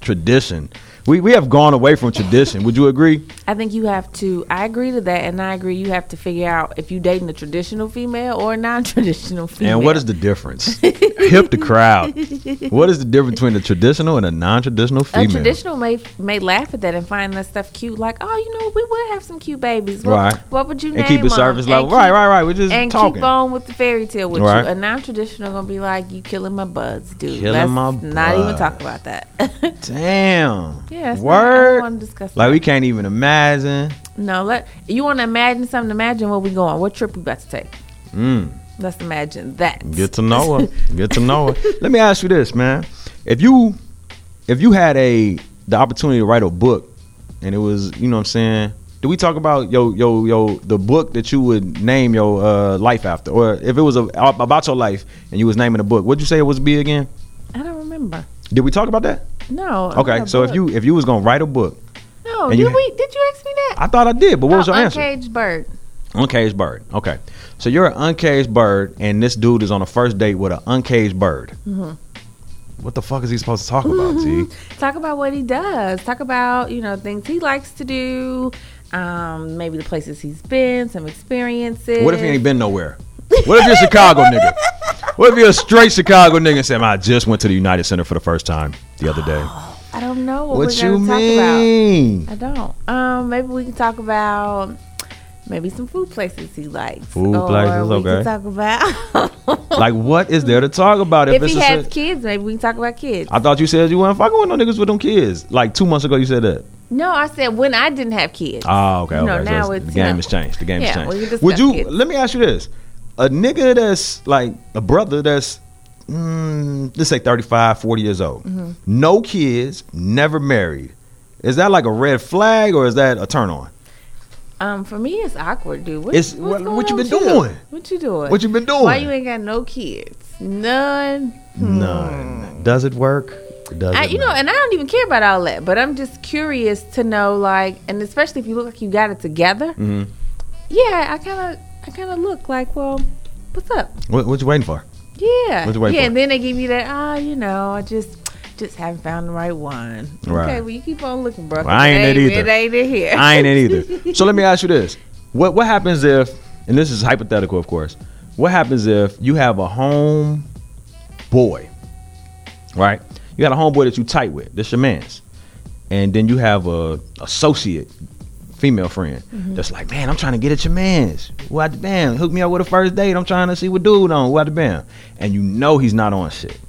[SPEAKER 6] tradition. We we have gone away from tradition. Would you agree?
[SPEAKER 5] I think you have to. I agree to that, and I agree you have to figure out if you dating a traditional female or a non-traditional female.
[SPEAKER 6] And what is the difference? Hip the crowd. What is the difference between a traditional and a non-traditional
[SPEAKER 5] a
[SPEAKER 6] female?
[SPEAKER 5] traditional may may laugh at that and find that stuff cute, like oh, you know, we would have some cute babies. What,
[SPEAKER 6] Right.
[SPEAKER 5] What would you
[SPEAKER 6] And
[SPEAKER 5] name
[SPEAKER 6] keep it
[SPEAKER 5] 'em?
[SPEAKER 6] surface
[SPEAKER 5] And
[SPEAKER 6] level.
[SPEAKER 5] keep-
[SPEAKER 6] Right, right, right. We're just
[SPEAKER 5] and
[SPEAKER 6] talking.
[SPEAKER 5] keep on with the fairy tale with
[SPEAKER 6] Right.
[SPEAKER 5] you. A non-traditional gonna be like you killing my buds, dude.
[SPEAKER 6] Killing
[SPEAKER 5] Let's
[SPEAKER 6] my
[SPEAKER 5] not even
[SPEAKER 6] buds.
[SPEAKER 5] talk about that.
[SPEAKER 6] Damn.
[SPEAKER 5] yeah, it's not- I
[SPEAKER 6] Word.
[SPEAKER 5] want to discuss.
[SPEAKER 6] like
[SPEAKER 5] that.
[SPEAKER 6] we can't even imagine.
[SPEAKER 5] no, let you want to imagine something. Imagine where we going. What trip we about to take? Let's imagine that.
[SPEAKER 6] Mm. Get to know her. Get to know her. Let me ask you this, man. If you if you had a the opportunity to write a book and it was, you know what I'm saying, do we talk about yo yo yo the book that you would name your uh, life after or if it was a, about your life and you was naming a book, what'd you say it was be again?
[SPEAKER 5] I don't remember.
[SPEAKER 6] Did we talk about that?
[SPEAKER 5] No. not
[SPEAKER 6] Okay,
[SPEAKER 5] a
[SPEAKER 6] so if
[SPEAKER 5] book.
[SPEAKER 6] you if you was going to write a book,
[SPEAKER 5] no,
[SPEAKER 6] and
[SPEAKER 5] did
[SPEAKER 6] you-
[SPEAKER 5] we? Did you ask me that?
[SPEAKER 6] I thought I did, but what was your answer?
[SPEAKER 5] Uncaged bird.
[SPEAKER 6] Uncaged bird. Okay. So you're an uncaged bird, and this dude is on a first date with an uncaged bird. Mm-hmm. What the fuck is he supposed to talk about, T?
[SPEAKER 5] Talk about what he does. Talk about, you know, things he likes to do. Um, maybe the places he's been, some experiences.
[SPEAKER 6] What if he ain't been nowhere? What if you're a Chicago nigga? What if you're a straight Chicago nigga and say, "Man, I just went to the United Center for the first time the other day?
[SPEAKER 5] I don't know what,
[SPEAKER 6] what
[SPEAKER 5] we're
[SPEAKER 6] you
[SPEAKER 5] going to talk
[SPEAKER 6] mean?
[SPEAKER 5] about. I don't. Um, maybe we can talk about maybe some food places he likes.
[SPEAKER 6] Food
[SPEAKER 5] or
[SPEAKER 6] places,
[SPEAKER 5] we
[SPEAKER 6] okay.
[SPEAKER 5] Can talk about
[SPEAKER 6] Like, what is there to talk about if,
[SPEAKER 5] if
[SPEAKER 6] it's
[SPEAKER 5] he
[SPEAKER 6] a
[SPEAKER 5] has
[SPEAKER 6] shit-
[SPEAKER 5] kids, maybe we can talk about kids.
[SPEAKER 6] I thought you said you weren't fucking with no niggas with them kids. Like two months ago, you said that.
[SPEAKER 5] No, I said when I didn't have kids.
[SPEAKER 6] Oh, okay.
[SPEAKER 5] You
[SPEAKER 6] okay.
[SPEAKER 5] know,
[SPEAKER 6] So
[SPEAKER 5] now
[SPEAKER 6] it's-
[SPEAKER 5] it's,
[SPEAKER 6] the
[SPEAKER 5] you
[SPEAKER 6] game
[SPEAKER 5] know,
[SPEAKER 6] has changed. The game
[SPEAKER 5] yeah,
[SPEAKER 6] has
[SPEAKER 5] we can
[SPEAKER 6] changed.
[SPEAKER 5] discuss
[SPEAKER 6] Would you?
[SPEAKER 5] kids.
[SPEAKER 6] Let me ask you this: a nigga that's like a brother that's mm, let's say 35, 40 years old,
[SPEAKER 5] Mm-hmm.
[SPEAKER 6] no kids, never married. Is that like a red flag or is that a turn on?
[SPEAKER 5] Um, for me, it's awkward, dude. What,
[SPEAKER 6] It's-
[SPEAKER 5] what's
[SPEAKER 6] what-
[SPEAKER 5] going
[SPEAKER 6] what you
[SPEAKER 5] on
[SPEAKER 6] been
[SPEAKER 5] with
[SPEAKER 6] doing?
[SPEAKER 5] What you doing?
[SPEAKER 6] What you been doing?
[SPEAKER 5] Why you ain't got no kids? None.
[SPEAKER 6] None. Does it work? Does
[SPEAKER 5] Hmm. I, you know, and I don't even care about all that, but I'm just curious to know, like, and especially if you look like you got it together.
[SPEAKER 6] Mm-hmm.
[SPEAKER 5] Yeah, I kind of, I kind of look like, well, what's up?
[SPEAKER 6] What, what you waiting for?
[SPEAKER 5] Yeah,
[SPEAKER 6] What you waiting
[SPEAKER 5] yeah.
[SPEAKER 6] for?
[SPEAKER 5] And then they give you that, ah, you know, I just, just haven't found the right one.
[SPEAKER 6] Right.
[SPEAKER 5] Okay, well, you keep on looking, bro.
[SPEAKER 6] Well, I ain't it either.
[SPEAKER 5] It ain't it here.
[SPEAKER 6] I ain't it either. So let me ask you this: what what happens if? And this is hypothetical, of course. What happens if you have a home boy, right? You got a homeboy that you tight with. This your man's, and then you have a associate, female friend
[SPEAKER 5] Mm-hmm.
[SPEAKER 6] that's like, man, I'm trying to get at your man's. What the band? Hook me up with a first date. I'm trying to see what dude on. What the band? And you know he's not on shit.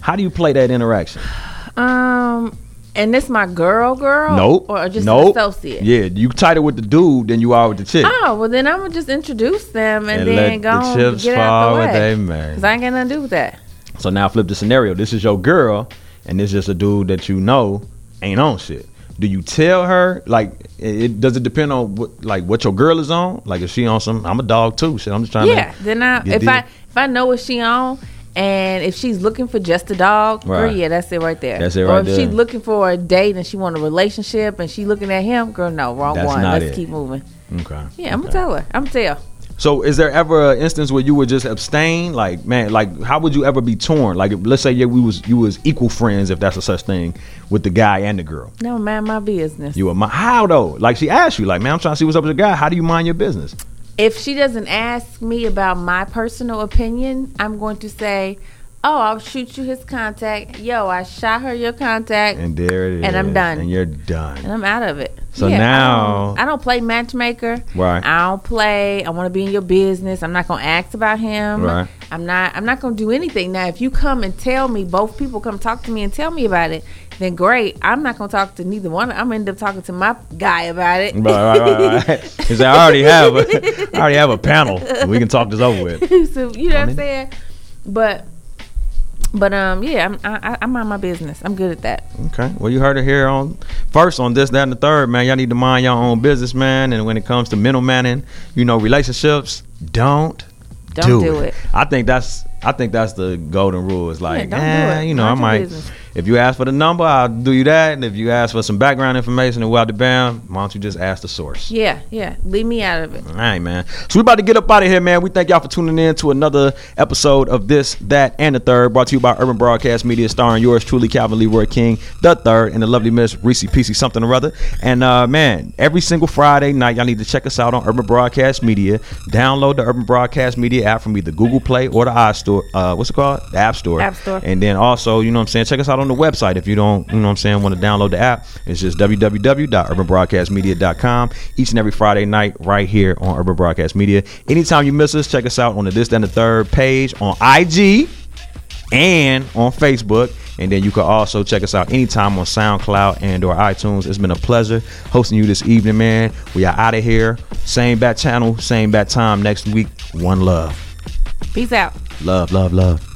[SPEAKER 6] How do you play that interaction?
[SPEAKER 5] Um, and this my girl, girl.
[SPEAKER 6] nope.
[SPEAKER 5] Or just
[SPEAKER 6] nope.
[SPEAKER 5] an associate.
[SPEAKER 6] Yeah, you tighter with the dude than you are with the chick.
[SPEAKER 5] Oh well, then I'm gonna just introduce them and,
[SPEAKER 6] And
[SPEAKER 5] then
[SPEAKER 6] let
[SPEAKER 5] go
[SPEAKER 6] the
[SPEAKER 5] on
[SPEAKER 6] chips
[SPEAKER 5] get
[SPEAKER 6] fall
[SPEAKER 5] out
[SPEAKER 6] where
[SPEAKER 5] the way.
[SPEAKER 6] they may.
[SPEAKER 5] Cause I ain't got nothing to do with that.
[SPEAKER 6] So now flip the scenario. This is your girl, and this is a dude that you know ain't on shit. Do you tell her like it, it- does it depend on what like what your girl is on? Like if she on some I'm a dog too, shit. I'm just trying
[SPEAKER 5] yeah.
[SPEAKER 6] to
[SPEAKER 5] Then I
[SPEAKER 6] get
[SPEAKER 5] if
[SPEAKER 6] deep.
[SPEAKER 5] I if I know what she on and if she's looking for just a dog, girl,
[SPEAKER 6] Right.
[SPEAKER 5] yeah, that's it right there.
[SPEAKER 6] That's it
[SPEAKER 5] Or
[SPEAKER 6] right
[SPEAKER 5] if
[SPEAKER 6] there.
[SPEAKER 5] she's looking for a date and she want a relationship and she looking at him, girl, no, wrong
[SPEAKER 6] That's
[SPEAKER 5] one.
[SPEAKER 6] not
[SPEAKER 5] Let's
[SPEAKER 6] it.
[SPEAKER 5] keep moving.
[SPEAKER 6] Okay.
[SPEAKER 5] Yeah, I'm gonna tell her. I'm gonna tell.
[SPEAKER 6] So is there ever an instance where you would just abstain? Like, man, like how would you ever be torn? Like if- let's say yeah, we was you was equal friends if that's a such thing with the guy and the girl.
[SPEAKER 5] No, mind my business.
[SPEAKER 6] You a mi- how though? Like she asked you, like, man, I'm trying to see what's up with the guy. How do you mind your business?
[SPEAKER 5] if she doesn't ask me about my personal opinion, I'm going to say, "Oh, I'll shoot you his contact. Yo, I shot her your contact,
[SPEAKER 6] And there it is.
[SPEAKER 5] And I'm done.
[SPEAKER 6] And you're done.
[SPEAKER 5] and I'm out of it."
[SPEAKER 6] So
[SPEAKER 5] I
[SPEAKER 6] now-
[SPEAKER 5] don't- I don't, play matchmaker.
[SPEAKER 6] Right.
[SPEAKER 5] I don't play. I want to be in your business. I'm not going to ask about him.
[SPEAKER 6] Right.
[SPEAKER 5] I'm not. I'm not going to do anything. Now, if you come and tell me, both people come talk to me and tell me about it, then great. I'm not going to talk to neither one. I'm gonna end up talking to my guy about it.
[SPEAKER 6] Right, right, right, right. He said, I already have a, I already have a panel. We can talk this over with.
[SPEAKER 5] so you know what I'm saying? But but um yeah, I'm, I I- I mind my business. I'm good at that.
[SPEAKER 6] Okay. Well, you heard it here on first on this, that, and the third, man. Y'all need to mind your own business, man. And when it comes to mental manning, you know, relationships, don't
[SPEAKER 5] Don't
[SPEAKER 6] do,
[SPEAKER 5] do it.
[SPEAKER 6] it. I think that's I think that's the golden rule. It's like,
[SPEAKER 5] don't do
[SPEAKER 6] eh,
[SPEAKER 5] it.
[SPEAKER 6] you know, I
[SPEAKER 5] Mind your
[SPEAKER 6] might.
[SPEAKER 5] business.
[SPEAKER 6] If you ask for the number, I'll do you that. And if you ask for some background information and out the bound, why don't you just ask the source?
[SPEAKER 5] Yeah, yeah. Leave me out of it.
[SPEAKER 6] All right, man. So we about to get up out of here, man. We thank y'all for tuning in to another episode of this, that, and the third, brought to you by Urban Broadcast Media, starring yours truly, Calvin Leroy King, the third, and the lovely Miss Reese PC something or other. And uh, man, every single Friday night, y'all need to check us out on Urban Broadcast Media. Download the Urban Broadcast Media app from either Google Play or the iStore. Uh, what's it called? The App Store.
[SPEAKER 5] App Store.
[SPEAKER 6] And then also, you know what I'm saying, check us out on the website if you don't, you know what I'm saying, want to download the app. It's just www.urbanbroadcastmedia.com each and every Friday night right here on Urban Broadcast Media. Anytime you miss us, check us out on the This, That, and the Third page on IG and on Facebook. And then you can also check us out anytime on SoundCloud and or iTunes. It's been a pleasure hosting you this evening, man. We are out of here. Same bat channel, same bat time next week. One love.
[SPEAKER 5] Peace out.
[SPEAKER 6] Love, love, love.